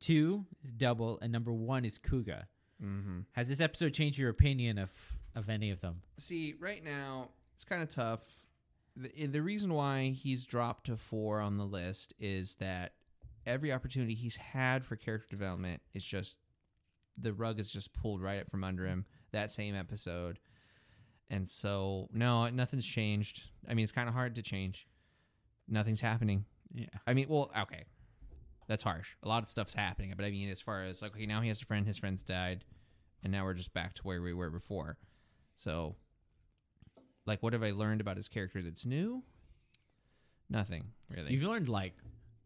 [SPEAKER 1] Two is double, and number one is Kuga.
[SPEAKER 2] Mm-hmm.
[SPEAKER 1] Has this episode changed your opinion of of any of them?
[SPEAKER 2] See, right now it's kind of tough. The, eh, the reason why he's dropped to four on the list is that every opportunity he's had for character development is just the rug is just pulled right up from under him that same episode. And so, no, nothing's changed. I mean, it's kind of hard to change. Nothing's happening.
[SPEAKER 1] Yeah.
[SPEAKER 2] I mean, well, okay. That's harsh. A lot of stuff's happening, but I mean, as far as like, okay, now he has a friend, his friend's died, and now we're just back to where we were before. So, like, what have I learned about his character that's new? Nothing really.
[SPEAKER 1] You've learned like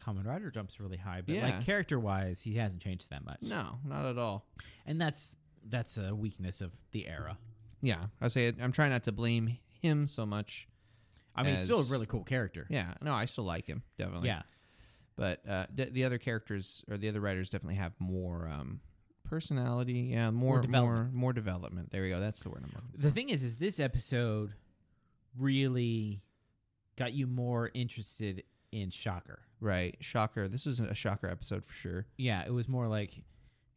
[SPEAKER 1] Common Rider jumps really high, but
[SPEAKER 2] Yeah.
[SPEAKER 1] like character wise, he hasn't changed that much.
[SPEAKER 2] no, not at all.
[SPEAKER 1] And that's that's a weakness of the era.
[SPEAKER 2] Yeah, I say it- I'm trying not to blame him so much.
[SPEAKER 1] I mean, he's still a
[SPEAKER 2] As-
[SPEAKER 1] really cool character.
[SPEAKER 2] Yeah, no, I still like him definitely.
[SPEAKER 1] yeah.
[SPEAKER 2] but uh, d- the other characters or the other writers definitely have more um, personality. Yeah, more more
[SPEAKER 1] development.
[SPEAKER 2] more development. There we go. That's the word I'm looking.
[SPEAKER 1] The thing is, is this episode really got you more interested in Shocker.
[SPEAKER 2] Right. Shocker. This is a shocker episode for sure.
[SPEAKER 1] Yeah, it was more like,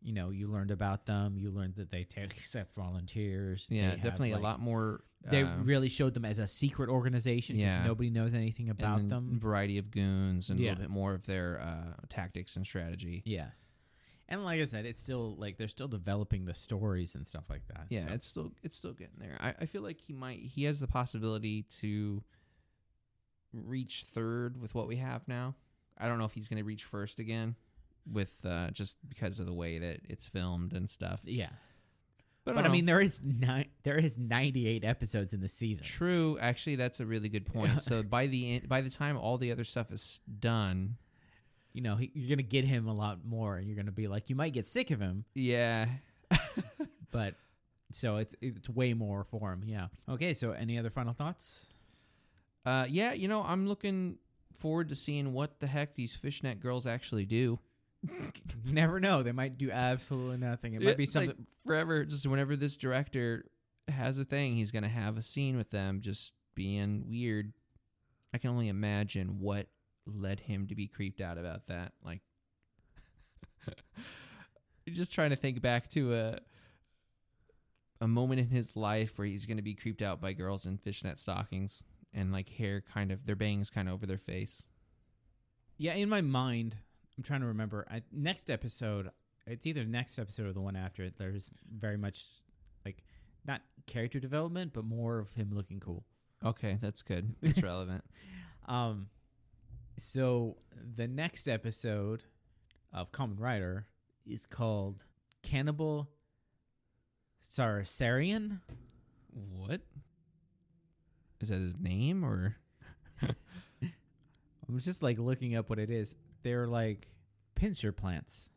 [SPEAKER 1] you know, you learned about them. You learned that they take, accept volunteers. they
[SPEAKER 2] Yeah,
[SPEAKER 1] have,
[SPEAKER 2] definitely
[SPEAKER 1] like-
[SPEAKER 2] a lot more.
[SPEAKER 1] They
[SPEAKER 2] uh,
[SPEAKER 1] really showed them as a secret organization. Yeah.
[SPEAKER 2] Yeah.
[SPEAKER 1] nobody knows anything
[SPEAKER 2] and
[SPEAKER 1] about
[SPEAKER 2] then
[SPEAKER 1] them.
[SPEAKER 2] Variety of goons and a
[SPEAKER 1] Yeah.
[SPEAKER 2] little bit more of their uh, tactics and strategy.
[SPEAKER 1] Yeah. And like I said, it's still like they're still developing the stories and stuff like that.
[SPEAKER 2] Yeah,
[SPEAKER 1] so-
[SPEAKER 2] it's still it's still getting there. I, I feel like he might he has the possibility to reach third with what we have now. I don't know if he's going to reach first again with uh, just because of the way that it's filmed and stuff.
[SPEAKER 1] Yeah,
[SPEAKER 2] But,
[SPEAKER 1] but I mean, there is nine. There is ninety-eight episodes in the season.
[SPEAKER 2] true. Actually, that's a really good point. so by the end, by the time all the other stuff is done,
[SPEAKER 1] You know, he, you're gonna get him a lot more, and you're gonna be like, you might get sick of him,
[SPEAKER 2] yeah,
[SPEAKER 1] but so it's it's way more for him. Yeah. Okay. So, any other final thoughts?
[SPEAKER 2] uh, yeah. You know, I'm looking forward to seeing what the heck these fishnet girls actually do.
[SPEAKER 1] You never know. They might do absolutely nothing. It
[SPEAKER 2] Yeah,
[SPEAKER 1] might be
[SPEAKER 2] like,
[SPEAKER 1] something.
[SPEAKER 2] forever. Just whenever this director has a thing, he's gonna have a scene with them just being weird. I can only imagine what led him to be creeped out about that. Like, *laughs* just trying to think back to a a moment in his life where he's gonna be creeped out by girls in fishnet stockings and like hair kind of their bangs kind of over their face.
[SPEAKER 1] Yeah, in my mind, I'm trying to remember. I, next episode, it's either next episode or the one after it. There's very much like not character development, but more of him looking cool.
[SPEAKER 2] Okay, that's good. That's relevant.
[SPEAKER 1] Um, so the next episode of Common Rider is called Cannibal Saracarian.
[SPEAKER 2] What is that? His name or?
[SPEAKER 1] I'm just like looking up what it is. They're like pincer plants.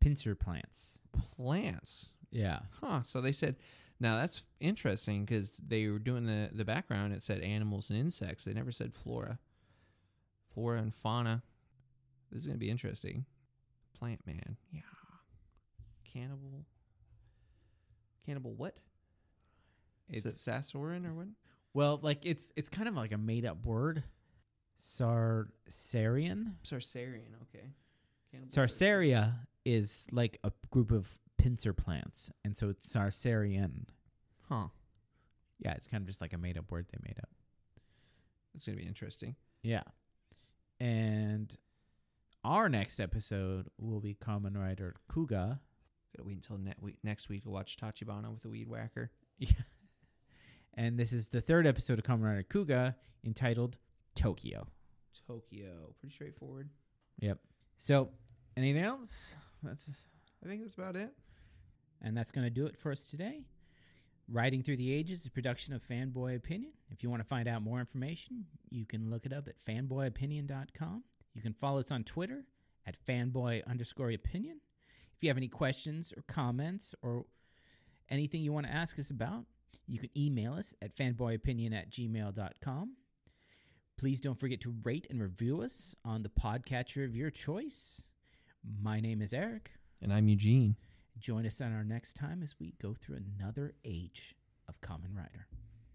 [SPEAKER 1] Pincer plants.
[SPEAKER 2] plants.
[SPEAKER 1] Yeah.
[SPEAKER 2] Huh. So they said, now that's interesting because they were doing the, the background. It said animals and insects. They never said flora. Flora and fauna. This is going to be interesting. Plant man. Yeah. Cannibal. Cannibal what? Is it
[SPEAKER 1] It's-
[SPEAKER 2] Sasaurin or what?
[SPEAKER 1] Well, like it's it's kind of like a made up word. Sarcarian.
[SPEAKER 2] Sarcarian. Okay. Cannibal
[SPEAKER 1] Sarsaria is like a group of pincer plants, and so it's Sarcarian.
[SPEAKER 2] Huh.
[SPEAKER 1] Yeah, it's kind of just like a made up word they made up.
[SPEAKER 2] That's going to be interesting.
[SPEAKER 1] Yeah. And our next episode will be Common Rider Kuga.
[SPEAKER 2] Gotta wait until ne- we- next week to watch Tachibana with the weed whacker.
[SPEAKER 1] Yeah. And this is the third episode of Common Rider Kuga entitled Tokyo.
[SPEAKER 2] Tokyo. Pretty straightforward.
[SPEAKER 1] So, anything else? That's
[SPEAKER 2] I think that's about it.
[SPEAKER 1] And that's going to do it for us today. Riding Through the Ages is a production of Fanboy Opinion. If you want to find out more information, you can look it up at fanboyopinion.com. You can follow us on Twitter at fanboy underscore opinion. If you have any questions or comments or anything you want to ask us about, you can email us at fanboyopinion at gmail.com. Please don't forget to rate and review us on the podcatcher of your choice. My name is Eric.
[SPEAKER 2] And I'm Eugene.
[SPEAKER 1] Join us on our next time as we go through another age of Common Rider.